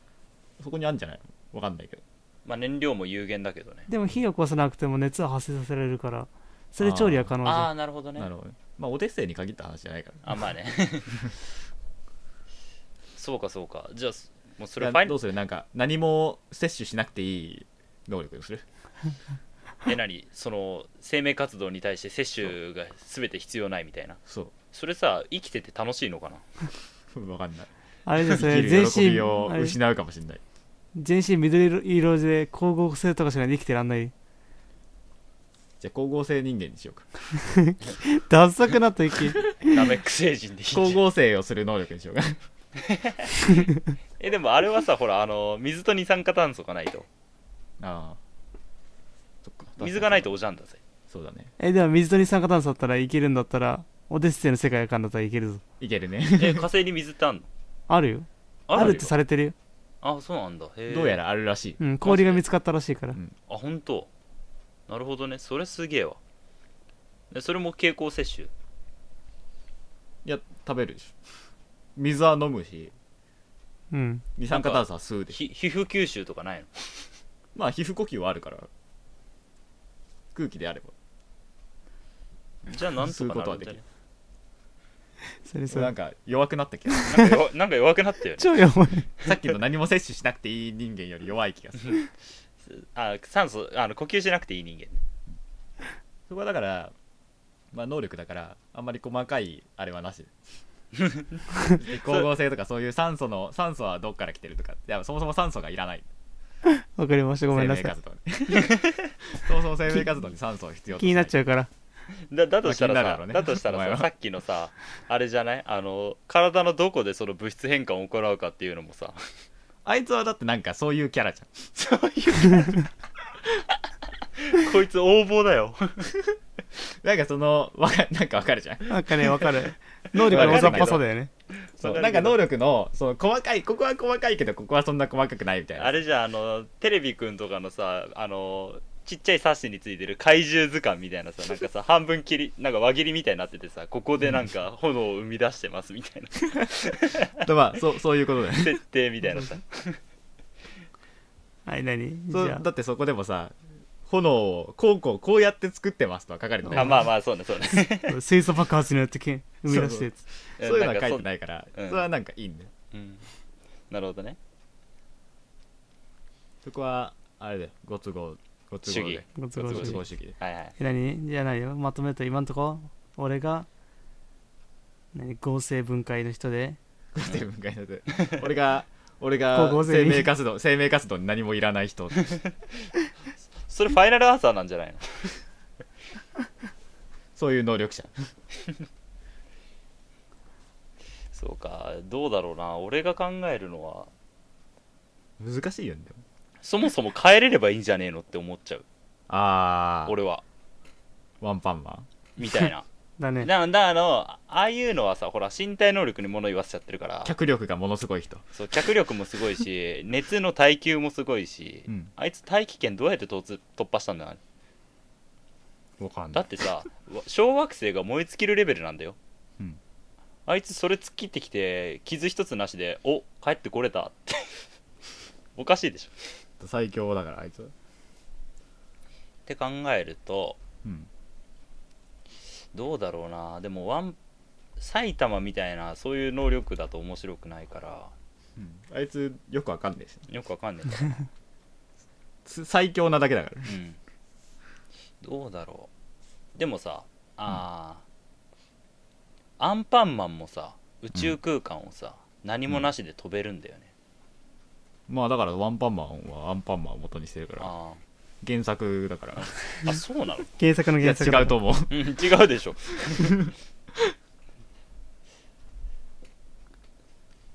そこにあるんじゃないのわかんないけどまあ、燃料も有限だけどねでも火を起こさなくても熱を発生させられるからそれで調理は可能じゃんああなるほどねなるほどねまあオデッセイに限った話じゃないからあ まあねそうかそうかじゃあすもうそそれれファイどナうするなんか何も摂取しなくていい能力にするえ何その生命活動に対して摂取が全て必要ないみたいなそそれさ生きてて楽しいのかな うわかんないあれです 生ねき全る喜身びをあれ失うかもしれない全身緑色で光合成とかしないで生きてらんないじゃあ光合成人間にし ようかダサくなっ た息ナメック星人でいいんじゃん光合成をする能力にしようか えでもあれはさほらあの水と二酸化炭素がないとああそっか 水がないとおじゃんだ ぜそうだねえでも水と二酸化炭素だったらいけるんだったらオデッセイの世界観だったらいけるぞいけるね え火星に水ってあんのあるよあるよってされてるよ、あそうなんだへえどうやらあるらしいうん、氷が見つかったらしいからうんあ本当なるほどねそれすげえわでそれも経口摂取いや食べるでしょ水は飲むしうん二酸化炭素は吸うでしょひ皮膚吸収とかないのまあ皮膚呼吸はあるから空気であればじゃあなんとかなるんじゃ吸うねそれそそれなんれか弱くなったけどなんか弱 なんか弱くなったよね超やばいさっきの何も摂取しなくていい人間より弱い気がするあ酸素あの呼吸しなくていい人間ね そこはだからまあ能力だからあんまり細かいあれはなし光合成とかそういう酸素の酸素はどっから来てるとかいやそもそも酸素がいらないわかりましたごめんなさ生命い活動に そもそも生命活動に酸素を必要と気になっちゃうからだだとしたらまあ気になるだ、さろうねだとしたお前らはささっきのさあれじゃないあの体のどこでその物質変換を行うかっていうのもさあいつはだってなんかそういうキャラじゃんそういう感じこいつ横暴だよなんかそのわかなんかわかるじゃんなんかねわ かる能力の大雑把さだよねそわうかるけどなんか能力のその細かいここは細かいけどここはそんな細かくないみたいなあれじゃああのテレビくんとかのさあのちっちゃい冊子についてる怪獣図鑑みたいなさなん かさ半分切りなんか輪切りみたいになっててさここでなんか炎を生み出してますみたい なとまあそうそういうことだよね設定みたいなさはい何じそうゃあだってそこでもさ炎をこうこうこうやって作ってますとは書かれてないあまあまあそうねそうね水素爆発によってけん生み出したやつそういうのは書いてい、ないからうんそれはなんかいいんだようん、なるほどねそこはあれだよご都合ご都合でご都ご合都主合義主義ではいはいえ何じゃあ何よまとめると今んとこ俺が何合成分解の人でご都合分解されて俺が俺高が校生生に命活動生命活動に何もいらない人それファイナルアンサーなんじゃないのそういう能力者そうかどうだろうな俺が考えるのは難しいよねでもそもそも帰れればいいんじゃねえのって思っちゃうああ俺はワンパンマンみた いなだねなんだあのああいうのはさほら身体能力に物言わせちゃってるから脚力がものすごい人そう脚力もすご いし熱の耐久もすごいし、うんあいつ大気圏どうやって突突破したんだろうわかんなだいってさわ小学生が燃え尽きるレベルなんだよ、うんあいつそれ突っ切ってきて傷一つなしでお帰ってこれたって おかしいでしょ最強だからあいつって考えるとうんどうだろうなでもワン埼玉みたいなそういう能力だと面白くないからあいつよくわかんないしよくわかんねえんだ、つ最強なだけだからうん、どうだろうでもさあー、アンパンマンもさ宇宙空間をさ、何もなしで飛べるんだよね、まあだからワンパンマンはアンパンマンを元にしてるからあ原作だからーあそうなの原作のいや原作違うと思ううん違うでし ょ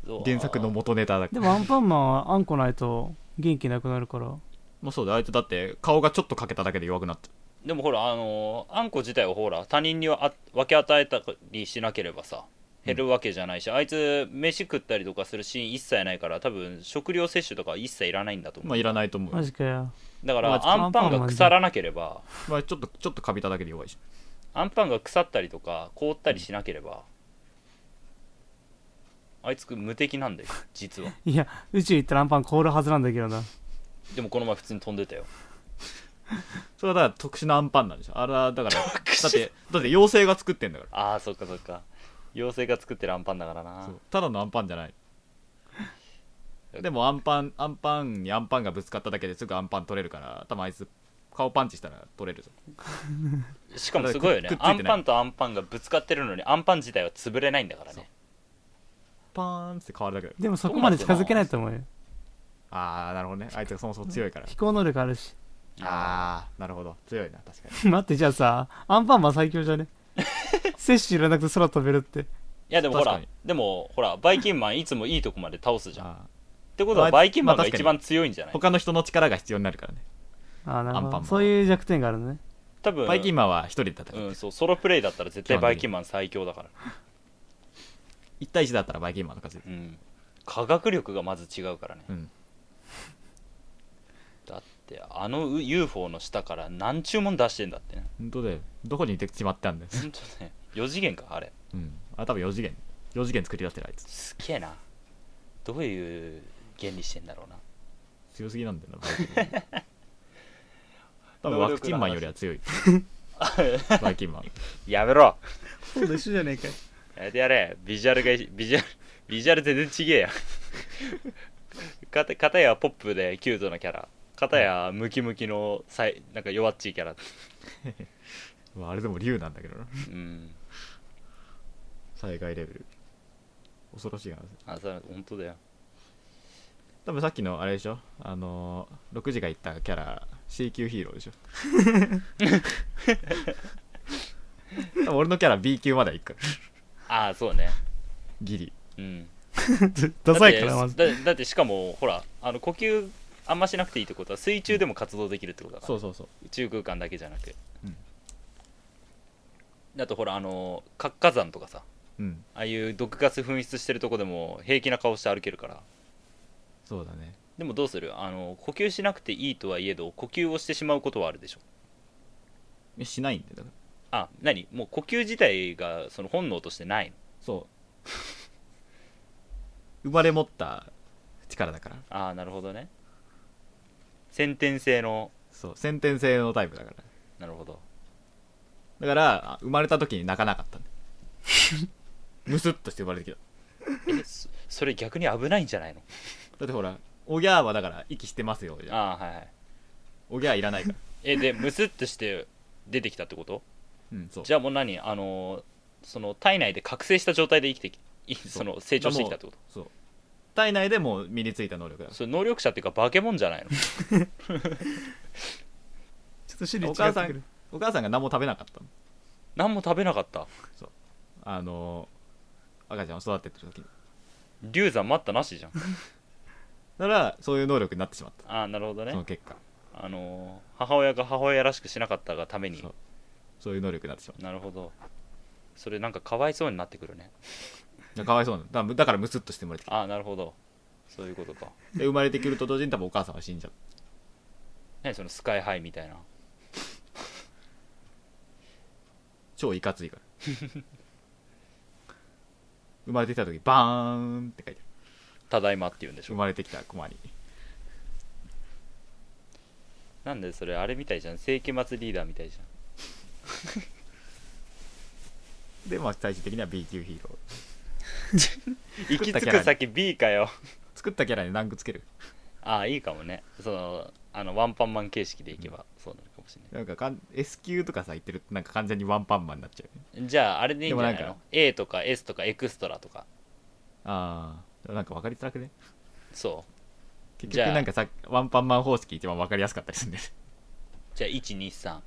どう原作の元ネタだかでらもアンパンマンはあんこないと元気なくなるからまあそうだよあいつだって顔がちょっと欠けただけで弱くなっちゃでもほらあのーあんこ自体をほら他人にはあ分け与えたりしなければさ減るわけじゃないし、あいつ飯食ったりとかするシーン一切ないから多分食料摂取とか一切いらないんだとう思う、まあいらないと思うマジかよだから、まあアンパンが腐らなければまあちょっとちょっとカビただけで弱いしアンパンが腐ったりとか凍ったりしなければ、あいつ無敵なんだよ実はいや宇宙行ったらアンパン凍るはずなんだけどなでもこの前普通に飛んでたよそれはだから特殊なアンパンなんでしょあれはだ からだってだって妖精が作ってんだかああそっかそっか妖精が作ってるアンパンだかららなそうただのアンパンじゃないでもアンパンアンパンにアンパンがぶつかっただけですぐアンパン取れるから多分あいつ顔パンチしたら取れるぞしかもすごいよねくっついてなアいンパンとアンパンがぶつかってるのにアンパン自体は潰れないんだからねパーンって変わるだけだよでもそこまで近づけないと思うよああなるほどねあいつがそもそも強いから飛行能力あるし ああなるほど強いな確かに待ってじゃあさアンパンマン最強じゃ ね摂取いらなくて空飛べるっていやでもほ確らかでもほらバイキンマンいつもいいとこまで倒すじゃんっあてことはまあバイキンマンまがあ確かに一番強いんじゃーない他の人の力が必要になるからねああなるアンパほンどマンそういう弱点があるのね多分バイキンマンは一人で戦う、うんそうソロプレイだったら絶対バイキンマン最強だから1対1だったらバイキンマンの勝ちうん科学力がまず違うからねうんだってあの UFO の下から何注文出してんだってね本当だよどこにいてしまったんだよ、本当ね4次元かあれうん、あ多分4次元4次元作り出してるあいつすっげえなどういう原理してんだろうな強すぎなんだよなバイキンマン 多分ワクチンマンよりは強いバイキンマンやめろそうと一緒じゃねえかよやめてやれビジュアルがいビジュアルビジュアル全然ちげえやかたかたやポップでキュートなキャラかたやムキムキのさいなんか弱っちいキャラまああれでも竜なんだけどなうん災害レベル恐ろしい話あそれ本当だよ多分さっきのあれでしょあのー、6時が言ったキャラ C 級ヒーローでしょ多分俺のキャラ B 級まではいくからああそうねギリうん ダサいからだまっずてだだってしかもほらあの呼吸あんましなくていいってことは水中でも活動できるってことだから、そうそうそう宇宙空間だけじゃなく、うんだとほらあの活火山とかさうんああいう毒ガス噴出してるとこでも平気な顔して歩けるからそうだねでもどうするあの呼吸しなくていいとはいえど呼吸をしてしまうことはあるでしょえしないんだよだからあ何もう呼吸自体がその本能としてないのそう生まれ持った力だからああなるほどね先天性のそう先天性のタイプだからなるほどだからあ生まれた時に泣かなかったんだ むすっとして生まれてきたえそそれ逆に危ないんじゃないのだってほらおぎゃーはだから息してますよじゃんああはいはいおぎゃーいらないからえでムスッとして出てきたってことうんそうじゃあもう何あのその体内で覚醒した状態で生きてきいその成長してきたってことそう体内でもう身についた能力だそれ能力者っていうか化け物じゃないのちょっと資料違おってく母るさんお母さんが何も食べなかったの何も食べなかったあのー赤ちゃんを育ててる時に流産待ったなしじゃんだからそういう能力になってしまったああなるほどそのね結果あの母親が母親らしくしなかったがためにそうそういう能力になってしまっなるほどそれなんかかわいそうになってくるねただからかわいそうなんだだからだからむすっとして生まれてきああなるほどそういうことかたで生まれてくると同時に多分お母さんは死んじゃっ何そのスカイハイみたいなた超いかついから 生まれてきた時バーンって書いてあるただいまって言うんでし生ょまれてきた駒になんでそれあれみたいじゃん世紀末リーダーみたいじゃんでまあ最終的には B 級ヒーロー行作きったキャ着ラく先 B かよ作ったキャラにランクつけるああいいかもねそのあのワンパンマン形式でいけばそうなるかもしれなんかかん S 級とかさ言ってるとなんか完全にワンパンマンになっちゃうよねないじゃああれでいいんじゃないでもなんのか A とか S とかエクストラとかああなんか分かりづらくねそう結じゃ局あなんかさワンパンマン方式一番分かりやすかったりするんで じゃあ123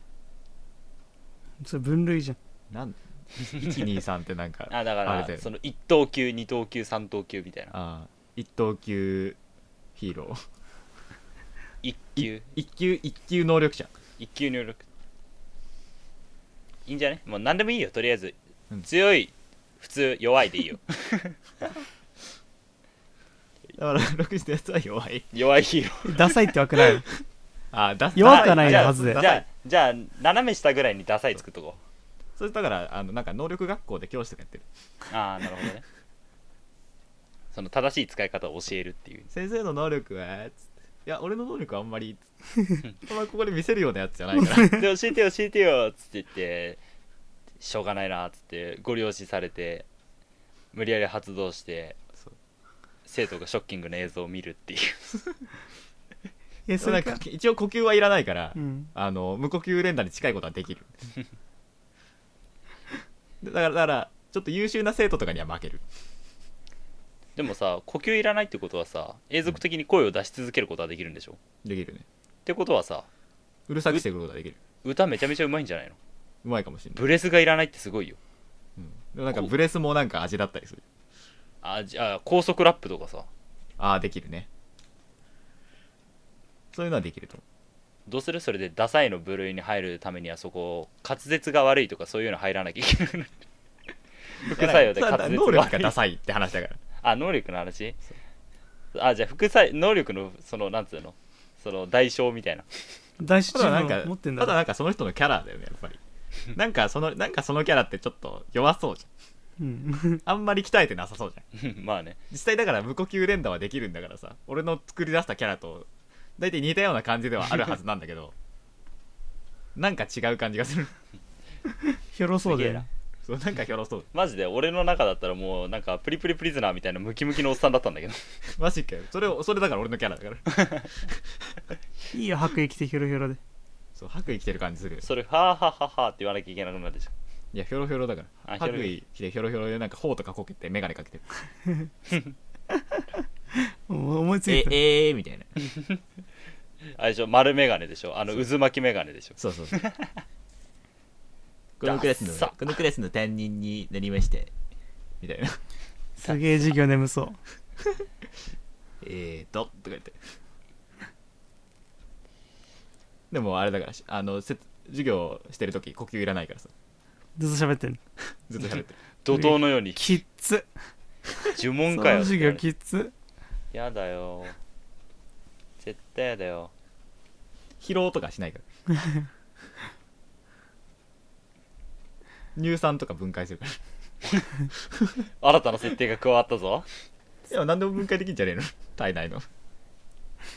それ分類じゃんなん123ってなんかあだかあれだよらねその1等級2等級3等級みたいなあー一等級ヒーロ ー1級一級一級能力者1級入力いいんじゃねもう何でもいいよとりあえず、うん強い普通弱いでい いよだから6時のやつは弱い弱いヒーローダサいってわけない あーだ弱くはないじゃあはずでじゃあじゃあじゃあ斜め下ぐらいにダサい作っとこうそれだからあのなんか能力学校で教師とかやってるああなるほど ねその正しい使い方を教えるっていう先生の能力はつっていや俺の能力はあんまり つってお前ここで見せるようなやつじゃ ないからで教えてよ教えてよっつって言ってしょうがないなっつってご了承されて無理やり発動してそう生徒がショッキングな映像を見るっていうえそそうなれんかか一応呼吸はいらないから、うんあの無呼吸連打に近いことはできるだからだからちょっと優秀な生徒とかには負けるでもさ呼吸いらないってことはさ永続的に声を出し続けることはできるんでしょっできるねてことはさうるさくしてくることができる歌めちゃめちゃうまいんじゃないのうまいかもしれない、ブレスがいらないってすごいようんでもなんかブレスもなんか味だったりするあじゃあ高速ラップとかさああできるねそういうのはできると思どうするそれでダサいの部類に入るためにはそこ滑舌が悪いとかそういうの入らなきゃいけない う副作用でいやなんか滑舌能が力悪がいダサいって話だからあ能力の話あじゃあ副作能力のそのなんつうのその代償みたいな 大事ただなんなか持ってんただだなんかその人のキャラだよねやっぱりなんかそのなんかそのキャラってちょっと弱そうじうん ゃんあんまり鍛えてなさそうじゃんまあね実際だから無呼吸連打はできるんだからさ俺の作り出したキャラと大体似たような感じではあるはずなんだけど なんか違う感じがする ひょろそうでそうなんかひょろそうマジで俺の中だったらもうなんかプリプリプリズナーみたいなムキムキのおっさんだったんだ けどマジかよそれをそれだから俺のキャラだからいいよ白衣着てひょろひょろでそう白衣着てる感じするよそれはあはあはあはあって言わなきゃいけなくなるでしょいいやひょろひょろだかあらひょろ白衣着てひょろひょろでなんか頬とかこけて眼鏡かけてるもう思いつえいたえー、みたいなあれでしょ丸眼鏡でしょあの渦巻き眼鏡でしょ そうそう そうこのクラスのダッサこのクラスの担任になりましてみたいなすげえ授業眠そうえーととか言ってでもあれだからしあのせ授業してる時呼吸いらないからさずっと喋ってんのずっと喋ってる怒涛のようにきっつ呪そ文のかよ授業 きっつやだよ絶対やだよ疲労とかしないから 乳酸とか分解するから新たな設定が加わったぞいや何でも分解できんじゃねえの体内の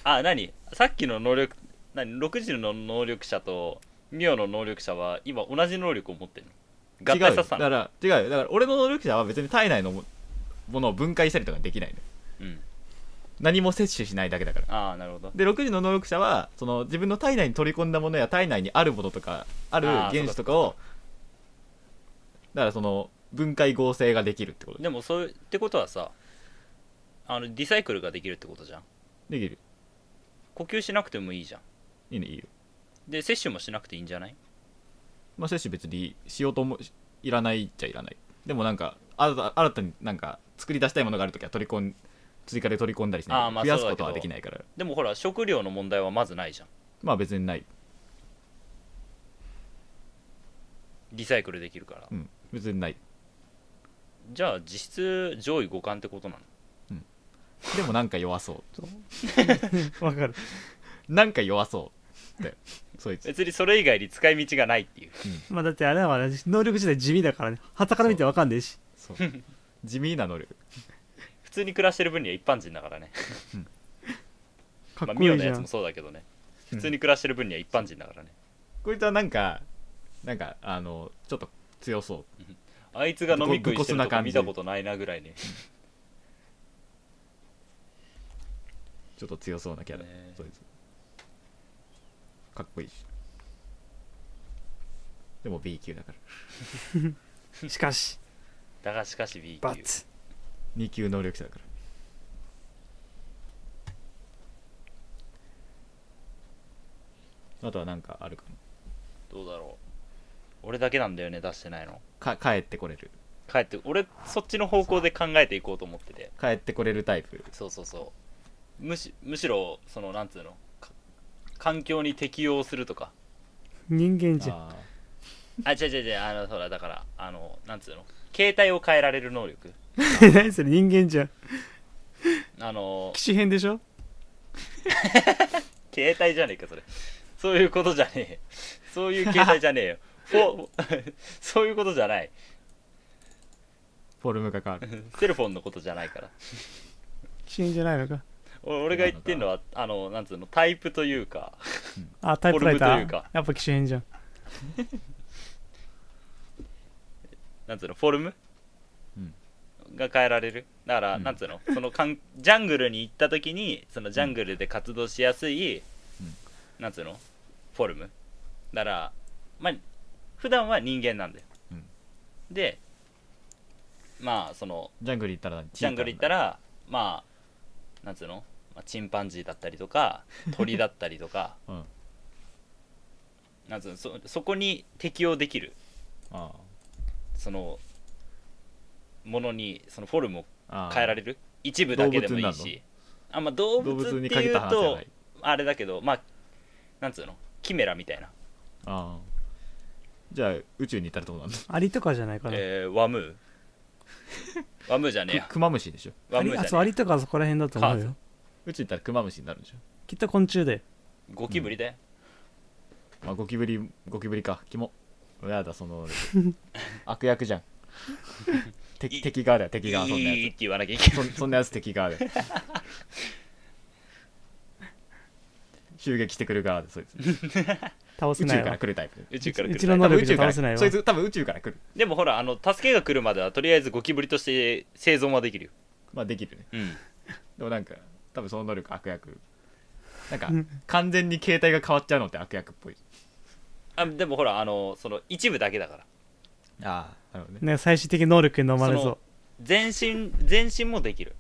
あ何さっきの能力何6時の能力者とミオの能力者は今同じ能力を持ってるの合体させた違うのよだから違うよだから俺の能力者は別に体内のもものを分解したりとかできないのうん何も摂取しないだけだからああなるほどで6時の能力者はその自分の体内に取り込んだものや体内にあるものとかあるあー原子とかをだからその分解合成ができるってことででもそういうってことはさあのリサイクルができるってことじゃんできる呼吸しなくてもいいじゃんいいねいいよで摂取もしなくていいんじゃないまあ摂取別にしようともいらないっちゃいらないでもなんか新た新たになんか作り出したいものがあるときは取り込ん追加で取り込んだりしなあーいとまあ増やすことそはうだけどできないからでもほら食料の問題はまずないじゃんまあ別にないリサイクルできるからうん別にないじゃあ実質上位互換ってことなのでもなんか弱そうわかるなんか弱そうってそい つ別にそれ以外に使い道がないっていうまあだってあれは能力自体地味だからね旗から見てわかんねえしそう地味な能力普通に暮らしてる分には一般人だからねかっまあこミいオいのじやゃつんもそうだけどねうん普通に暮らしてる分には一般人だからねこいつはなんかなんかあのちょっと強そうあいつが飲み食いしてぶっこぶっるこすなとこ感じ見たことないなぐらいねちょっと強そうなキャラ、ねそいつかっこいいしでも B 級だからしかしだがしかし B バ級ツ2級能力者だからあとはなんかあるかなどうだろう俺だけなんだよね出してないのか帰ってこれる帰って俺そっちの方向で考えていこうと思ってて帰ってこれるタイプそうそうそうむしむしろそのなんつうのか環境に適応するとか人間じゃんああ違う違う違うあのほらだからあのなんつうの携帯を変えられる能力 何それ人間じゃんあの機種編でしょ携帯じゃねえかそれそういうことじゃねえそういう携帯じゃねえよフォ そういうことじゃないーフォルムが変わるセルフォンのことじゃないから機種編じゃないのかお俺が言ってんのはあのなんつうのタイプというかあタイプライタフォルムというーかやっぱ機種編じゃんなんつうのフォルム、うんが変えられるだから、うんなんつうのそのかんジャングルに行った時にそのジャングルで活動しやすい、うんなんつうのフォルムだからまあ普段は人間なんだよ、うんでまあそのジャングル行ったら何、ジャングル行ったらまあなんつうの、まあ、チンパンジーだったりとか鳥だったりとかうんなんつうのそそこに適応できるあそのものにそのフォルムをあああ変えられる一部だけでもいい動物にしあ、まあ、動動物物ってにかけいうた話じゃとないあれだけどまあなんつうのキメラみたいな、ああじゃあ宇宙に行ったらどうなんだアリとかじゃないかなえーワム ーワムーじゃねえやクマムシでしょアワムリーあじそうゃアねリとかそこら辺だと思うカーよ宇宙行ったらクマムシになるんでしょ、きっと昆虫だよえゴキブリだよ、まあ、ゴキブリゴキブリかキモやだその悪役じゃん敵敵側だよ敵側そんないいっやて言わなきゃいけつないそんそんなやつ敵側だよ襲撃してくる側でそいつ倒せ宇な宙いからわ来るタイプ宇宙からう来ちるの多能分宇力じ宙ゃから倒せないそわいつ多分宇宙から来るでもほらあの助けが来るまではとりあえずゴキブリとして生存はできるよ、まあできるねうん、でもなんか多分その能力悪役なんか完全に形態が変わっちゃうのって悪役っぽいあでもほらあのその一部だけだからああなるほどねなんか最終的に能力に飲まれそその全身全身もできる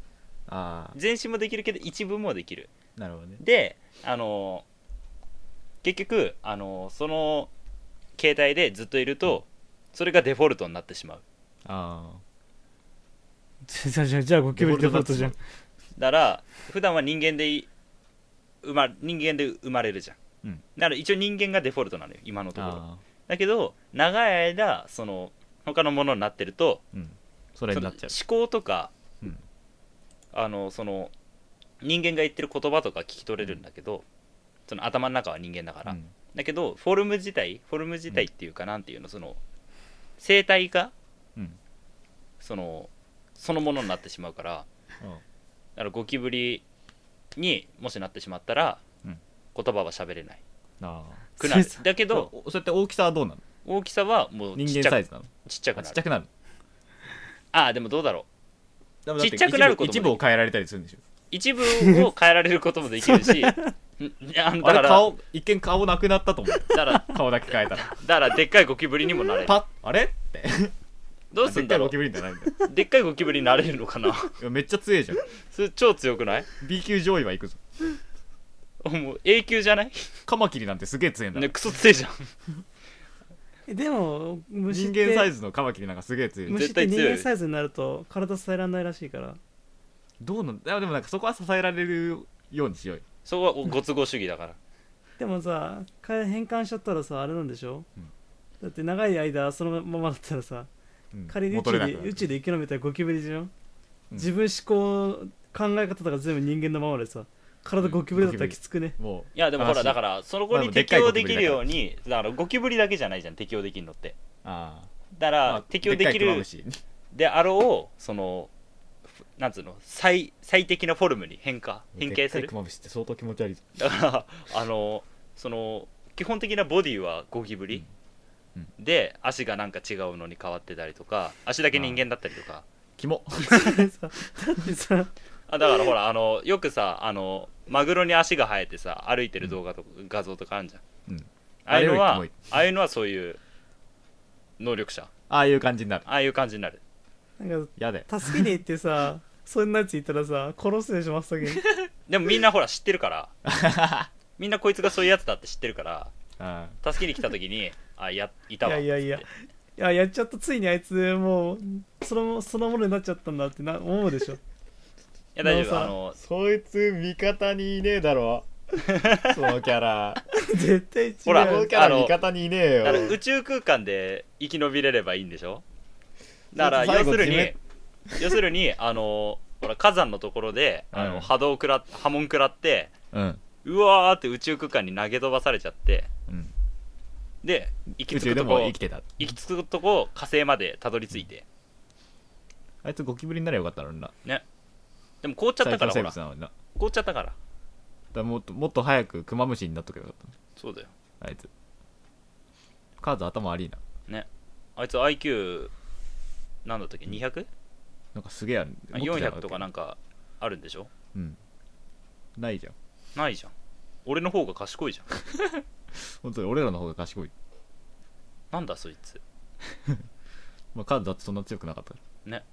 あ全身もできるけど一部もできるあなるほどねであの結局あのその携帯でずっといるとそれがデフォルトになってしまうあう じゃあじゃあゴキブリデフォルトじゃんだから普段は人間でい生ま人間で生まれるじゃん、うんだから一応人間がデフォルトなのよ今のあところああだけど長い間その他のものになってるとうんそれになっちゃうその思考とか、うんあのその人間が言ってる言葉とか聞き取れるんだけど、その頭の中は人間だから、うんだけどフォルム自体フォルム自体っていうかなんていうのその生態がうんそのそのものになってしまうからだからゴキブリにもしなってしまったら、うん言葉は喋れないああくなるそれだけけどどそれって大きさはどうなの大きさはもうち人っち間ゃサイくズなのちっちゃくあなるちっちゃくなるああでもどうだろうでもだてちっちゃくなることもでき一る部一部を変えられたりするんでしょ一部を変えられることもできる しんいやだあかれら顔一見顔なくなったと思うだから顔だけ変えたらだからでっかいゴキブリにもなれ るパッあれってどうすんだろでっかいゴキブリじゃないんだようでっかいゴキブリになれるのかないやめっちゃ強いじゃん それ超強くない B 級上位はいくぞもう永久じゃないカマキリなんてすげえ強いんだ、ねクソ強いじゃんえでも人虫って間サイズのカマキリなんかすげえ強い虫っ絶て対人強い間サイズになると体支えられないらしいからどうなんだでもなんかそこは支えられるようにしようよそこはご都合主義だからでもさ変え変換しちゃったらさあれなんでしょ、うんだって長い間そのままだったらさうん仮に宇戻れ宙なくでなる宇宙で生き延びたらゴキブリじゃん、自うん分思考考え方とか全部人間のままでさ体ゴキブリだったらきつくね、もういやでもほら話だからそのまあ子でにもでっ適かい応ゴでキブきリだからるようにだからゴキブリだけじゃないじゃん適応できるのってあだかあら、まあ適応できっかいクマムるシであろうそのふなんつうの最最適なフォルムに変化変形すでっかいるクマムシって相当気持ち悪いぞだからあのその基本的なボディはゴキブリ、うんで足がなんか違うのに変わってたりとか足だけ人間だったりとかキモさ だってさあだからほらあのよくさあのマグロに足が生えてさ歩いてる動画とか、画像とかあるじゃん、 うんああいうのあれはよりああいうのはそういう能力者ああいう感じになるああいう感じになるなんやだよか助けに行ってさそんなやついたらさ殺すでしょ真っ先 にでもみんなほら知ってるからみんなこいつがそういうやつだって知ってるからああ助けに来た時にあやいたいわやいやいやいややっちゃったついにあいつもうそのそのものになっちゃったんだってな思うで しょいや大丈もう夫さあのそいつ味方にいねえだ ろそのキャラ絶対違うほらそのキャラ味方にいねえよだから宇宙空間で生き延びれればいいんでしょだからそう最要後する自に要するにあのほら火山のところであうのん波動くら波紋食らってうんうわーって宇宙空間に投げ飛ばされちゃってうんで行き宇着宙くでともこ生行きてたき着くとこ火星までたどり着いてあいつゴキブリになればよかったのになでも凍っちゃったからほ最強生ら物なのになだか凍っちゃったかららもっともっと早くクマムシになっとけばよかっそうだよたあいつカーズ頭悪いなあいつ IQ なんだったっけ 200?400 なんかすげえあるとかなんかあるんでしょうんないじゃんないじゃん俺の方が賢いじゃん本当に俺らの方が賢い、なんだそいつまあ、カーズだってそんな強くなかったからね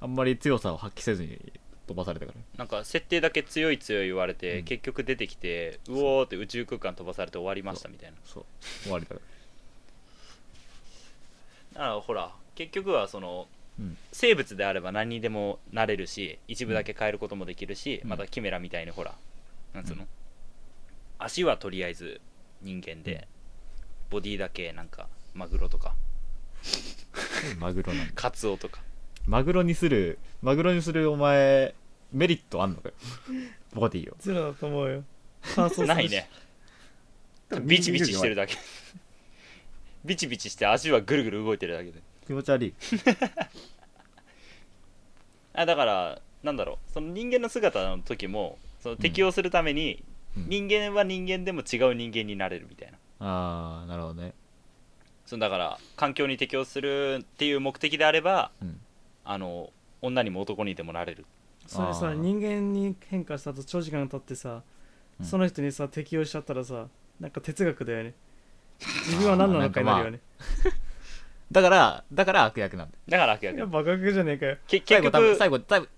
あんまり強さを発揮せずに飛ばされたからなんか設定だけ強い強い言われて、うん結局出てきてうおーって宇宙空間飛ばされて終わりましたみたいなそう終わりだからだからほら結局はその、うん生物であれば何にでもなれるし一部だけ変えることもできるし、うんまたキメラみたいにほらなんつうの、う足はとりあえず人間で、ボディだけなんかマグロとかマグロなんだカツオとかマグロにするマグロにするお前メリットあんの かよボディをゼロだと思うよ乾燥するしないねビチビチしてるだけビチビチして足はぐるぐる動いてるだけで気持ち悪いあだからなんだろうその人間の姿の時もその適応するために、うんうん人間は人間でも違う人間になれるみたいなああなるほどねそのだから環境に適応するっていう目的であれば、うんあの女にも男にでもなれるそれあさー人間に変化した後長時間経ってさ、うんその人にさ適応しち ゃったらさなんか哲学だよね自分は何なのかになるよね、だからだから悪役なんだよだから悪役いや、バカじゃねえかよ。け最結後多分局最後多分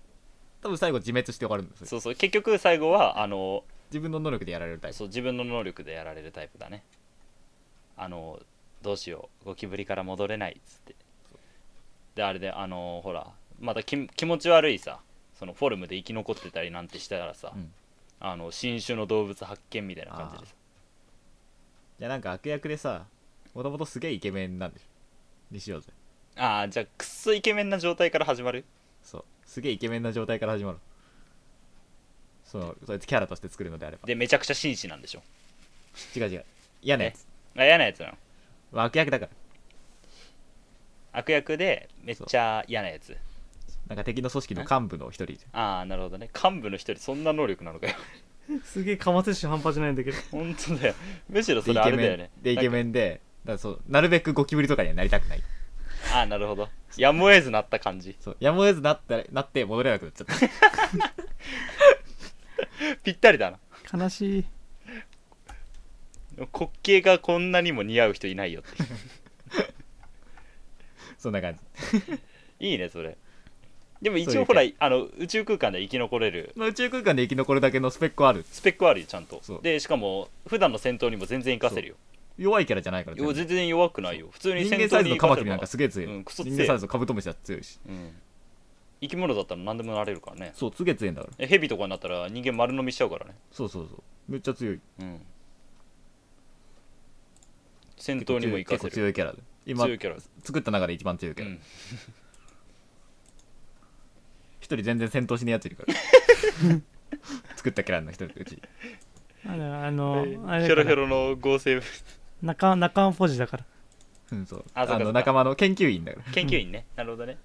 多分最後自滅して終わるんですよそうそう結局最後はあの自分の能力でやられるタイプそう自分の能力でやられるタイプだねあのどうしようゴキブリから戻れないっつってであれであのほらまたき気持ち悪いさそのフォルムで生き残ってたりなんてしたらさ、うんあの新種の動物発見みたいな感じでさいやなんか悪役でさもともとすげえイケメンなんでしょにしようぜああーじゃあくっそイケメンな状態から始まるそうすげえイケメンな状態から始まるそのそいつキャラとして作るのであればでめちゃくちゃ紳士なんでしょ違う違う嫌なやつ、あ嫌なやつなのまあ、悪役だから悪役でめっちゃ嫌なやつなんか敵の組織の幹部の一人ああなるほどね幹部の一人そんな能力な のかよすげえかませし半端じゃないんだけど本当だよむしろでそイれあケれだメよンねでイケメンでだからそうなるべくゴキブリとかにはなりたくないああなるほどやむを得ずなった感じそうやむを得ずなったらなって戻れなくなっちゃった ぴったりだな悲しい滑稽がこんなにも似合う人いないよってそんな感じいいねそれでもそう一いう意応見ほらあの宇宙空間で生き残れるまあ宇宙空間で生き残るだけのスペックはあるスペックはあるよちゃんとそうでしかも普段の戦闘にも全然活かせるよ弱いキャラじゃないから全よ然全然弱くないよ普通に人戦間サ闘イズにの活カかマせキリるなんかすげえ強い、うんクソ人強い間サイズのカブトムシだって強いしうん生き物だったら何でもなれるからねそうすげえ強いんだからえ蛇とかになったら人間丸飲みしちゃうからねそうそうそうめっちゃ強いうん戦闘にも活結か構せる強いキャラで今強いキャラ作った中で一番強いキャうラん一、人全然戦闘しねえやついる から作ったキャラの一人のうちあのあのあヒれョロだヒかョらロの合成仲仲間ポジだからうんそうああそうかそうかの仲間の研究員だから研究員ね、なるほどね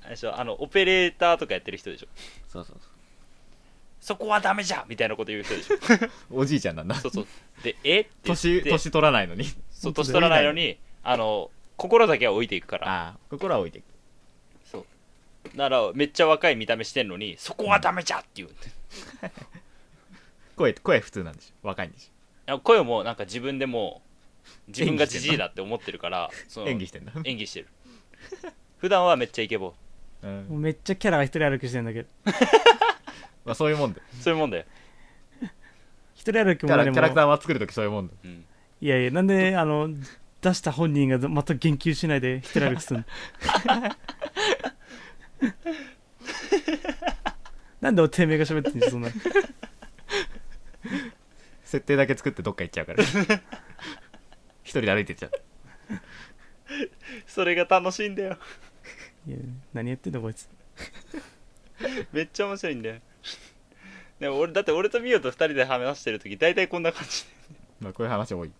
あれでしょあのオペレーターとかやってる人でしょそうそうそそこはダメじゃみたいなこと言う人でしょうおじいちゃんなんだそうそうでえって言っ年て年取らないのにそう年取らないのにあの心だけは置いていくからああ心は置いていくそうならめっちゃ若い見た目してんのにそこはダメじゃって言う声声普通なんでしょ若いんでしあ声もなんか自分でもう自分がじじいだって思ってるからそょの演技してんだ、演技してる普段はめっちゃイケボうもんうめっちゃキャラが一人歩きしてんだけどまあ、そういうもんだよそういうもんだよ、一人歩きキもャラ何キもャラクターは作るときそういうもんだようん、いやいやなんであの出した本人がまた言及しないで一人歩きす んのなんでおてめえが喋ってんじゃんそんな設定だけ作ってどっか行っちゃ うから一人で歩いてっちゃうそれが楽しいんだよいや何やってんだこいつめっちゃ面白いんだよ でも俺だって俺とミオと2人で話してる時大体こんな感じまあこういう話多い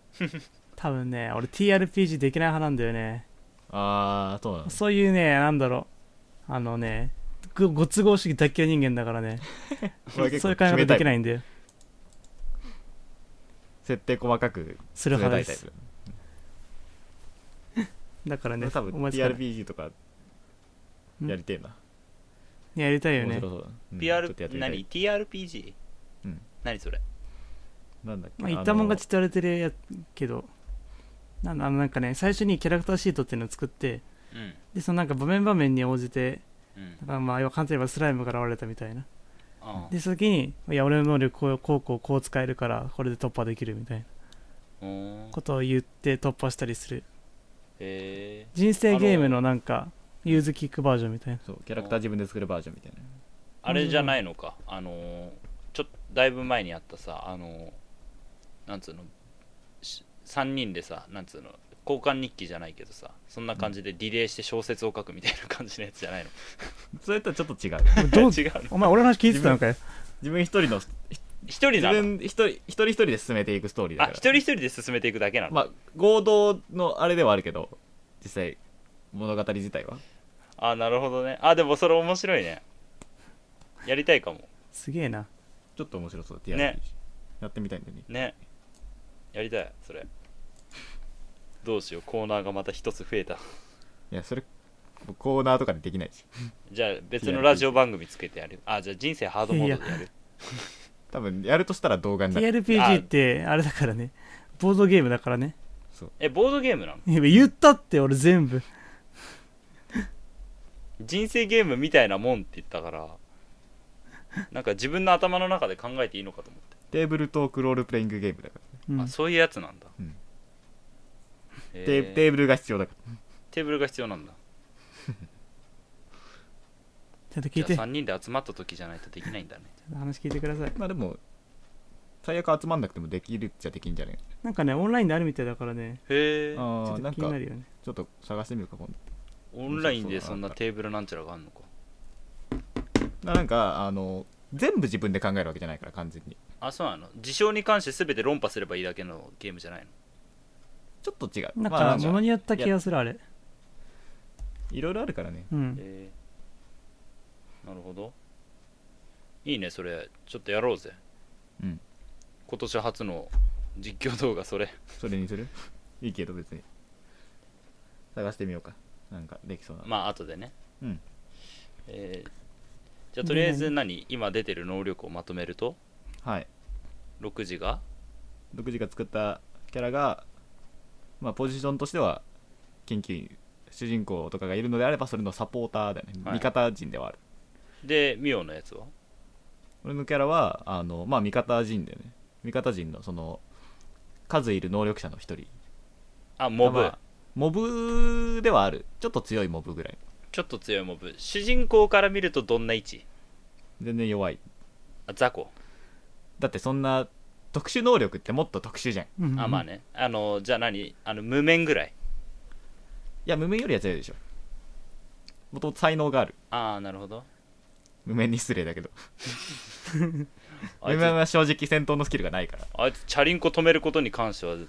多分ね俺 TRPG できない派なんだよねああそうなんだそういうねなんだろうあのねごご都合主義大嫌い人間だからねこれは結構そういう考え方できないいんだよ設定細かくする冷た派でいタイすプだからね多分お前つかない TRPG とかんやりてえな、やりたいよ面ね白そうだな、うんちょ PR っとやってみたい何 TRPG、うん何それなんだっけまあ、言ったもん勝ちちって言われてるやけどなんだあのなんかね最初にキャラクターシートっていうのを作ってうんでそのなんか場面場面に応じてうんだからまあ要は簡単に言えばスライムから割れたみたいなあでその時にいや俺の能力こうこうこうこう使えるからこれで突破できるみたいなあうんことを言って突破したりするへえ人生ゲームのなんかユーズキックバージョンみたいなそうキャラクター自分で作るバージョンみたいなあれじゃないのかあのーちょっとだいぶ前にあったさあのーなんつうの3人でさなんつうの交換日記じゃないけどさそんな感じでリレーして小説を書くみたいな感じのやつじゃないの、それとはちょっと違う どう違うのお前俺の話聞いてたのかよ自分一人の一人自なの分一人一人一人で進めていくストーリーだあから一人一人で進めていくだけなの、まあ合同のあれではあるけど実際物語自体はあなるほどねあでもそれ面白いねやりたいかもすげえなちょっと面白そう TRPG、ねやってみたいんだよねねやりたいそれどうしようコーナーがまた一つ増えたいやそれコーナーとかでできないしじゃあ別のラジオ番組つけてやるあじゃあ人生ハードモードでやる多分やるとしたら動画になる TRPG ってあれだからねボードゲームだからねえボードゲームなのいや言ったって俺全部人生ゲームみたいなもんって言ったからなんか自分の頭の中で考えていいのかと思って、テーブルトークロールプレイングゲームだかうんあそういうやつなんだ、うんえら、ーテーテーブルが必要だかテーブルが必要なんだちゃんと聞じいゃあて3人で集まった時じゃないとできないんだね話聞いてくださいらまあでも最悪集まんなくてもできるっちゃできんじゃねなんかねオンラインであるみたいだからねへええちょあっあなとん気にかなるよねちょっと探してみるか今度オンラインでそんなテーブルなんちゃらがあんのかななんかあの全部自分で考えるわけじゃないから完全にあそうなの事象に関して全て論破すればいいだけのゲームじゃないのちょっと違うなんまあか物によった気がするあれいろいろあるからねうんえーなるほどいいねそれちょっとやろうぜうん今年初の実況動画それそれにする いいけど別に探してみようかなんかできそうな、まあ後でねうんえーじゃあとりあえず何今出てる能力をまとめるとはい6時が独自が作ったキャラが、まあ、ポジションとしては研究員主人公とかがいるのであればそれのサポーターだよね、はい味方陣ではあるでミオのやつは俺のキャラはあの、まあ、味方陣だよね味方陣のその数いる能力者の一人あモブまあモブではあるちょっと強いモブぐらいちょっと強いモブ主人公から見るとどんな位置全然弱いあ雑魚だってそんな特殊能力ってもっと特殊じゃんいうんあまあねあのじゃあ何あの無面ぐらいや無面よりは強いでしょもともと才能があるああなるほど無面に失礼だけどあ無いつ面は正直戦闘のスキルがないからあいつチャリンコ止めることに関してはもう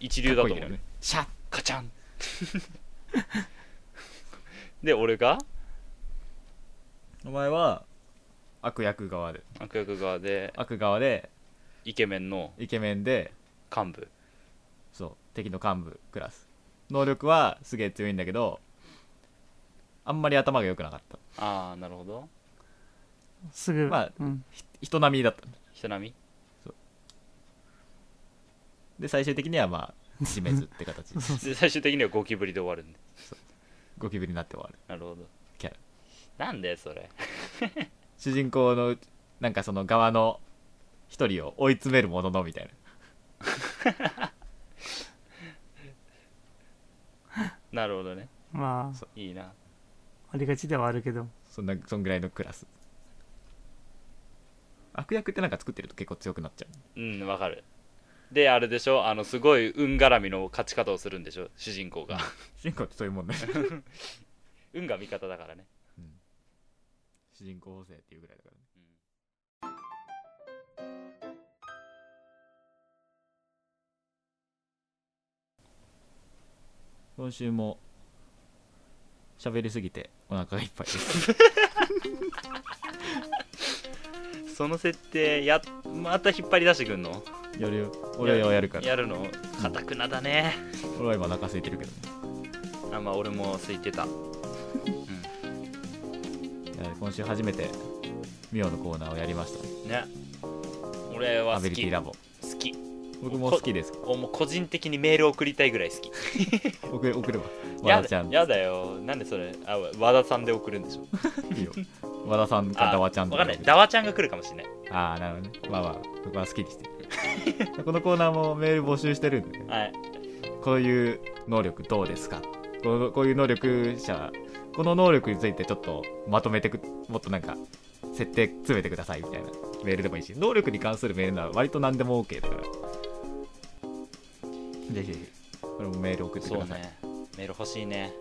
一流だと思かっこいいけうどねシャッカチャン で俺がお前は悪役側で悪役側で悪側でイケメンのイケメンで幹部そう敵の幹部クラス能力はすげえ強いんだけどあんまり頭が良くなかったああなるほどすぐまあうんひ人並みだった人並みで最終的にはまあ死滅って 形でで最終的にはゴキブリで終わるんでゴキブリになって終わるなるほどキャラなんでそれ主人公のなんかその側の一人を追い詰めるもののみたいななるほどねまあそういいなありがちではあるけどそんなそんぐらいのクラス悪役ってなんか作ってると結構強くなっちゃううんわかるであれでしょあのすごい運絡みの勝ち方をするんでしょ主人公が主人公ってそういうもんね運が味方だからね主人公補正っていうぐらいだからね今週も喋りすぎてお腹がいっぱいですその設定やまた引っ張り出してくんのやるよ俺はやるからやるのかたくなだね俺は今お腹空いてるけどねあまあ俺も空いてたいや今週初めてミオのコーナーをやりましたね俺アは好ビリティきラ好ボき僕も好きですおもう個人的にメール送りたいぐらい好き送れ送るわや和田ちゃだんやだよなんでそれあ和田さんで送るんでしょいいよ和田さんかあダワちゃんとわかんないダワちゃんが来るかもしれないああなるほどねまあまあ僕は好きにしてる このコーナーもメール募集してるんでねはいこういう能力どうですかこのこういう能力者この能力についてちょっとまとめてくもっとなんか設定詰めてくださいみたいなメールでもいいし能力に関するメールなら割と何でも OK だからぜひぜひこれもメール送ってくそうださい、ねメール欲しいね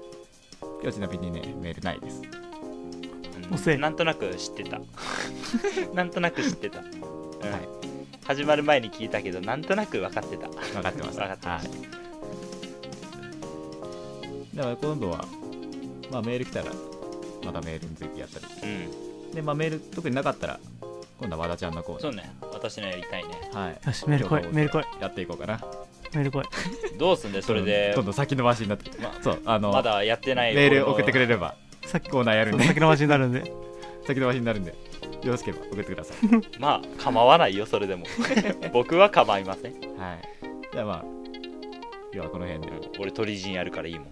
今日ちなみにねメールないですうん遅いなんとなく知ってた なんとなく知ってた、うんい始まる前に聞いたけどなんとなく分かってた分かってます分かってまはすいだから今度は、まあ、メール来たらまたメールについてやったりうんで、まあ、メール特になかったら今度は和田ちゃんのコーそナうね私のやりたいねーはいよしメール来いメール来いやっていこうかなメール来いどうすんでそれどでんどんどん先延ばしになってまそうあのまだやってないメール送ってくれれればさっきコーナーやるんで先延ばしになるん で先延ばしになるんでよろしければ送ってくださいまあ 構わないよそれでも僕は構いませんはいじゃあまあ今日はこの辺で、うん俺鳥人やるからいいもん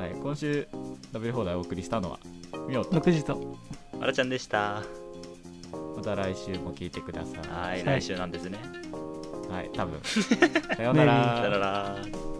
はい、今週食べる放題お送りしたのはみおと6時とあらちゃんでしたまた来週も聞いてくださいはいはい来週なんですね はい、多分さようならさよなら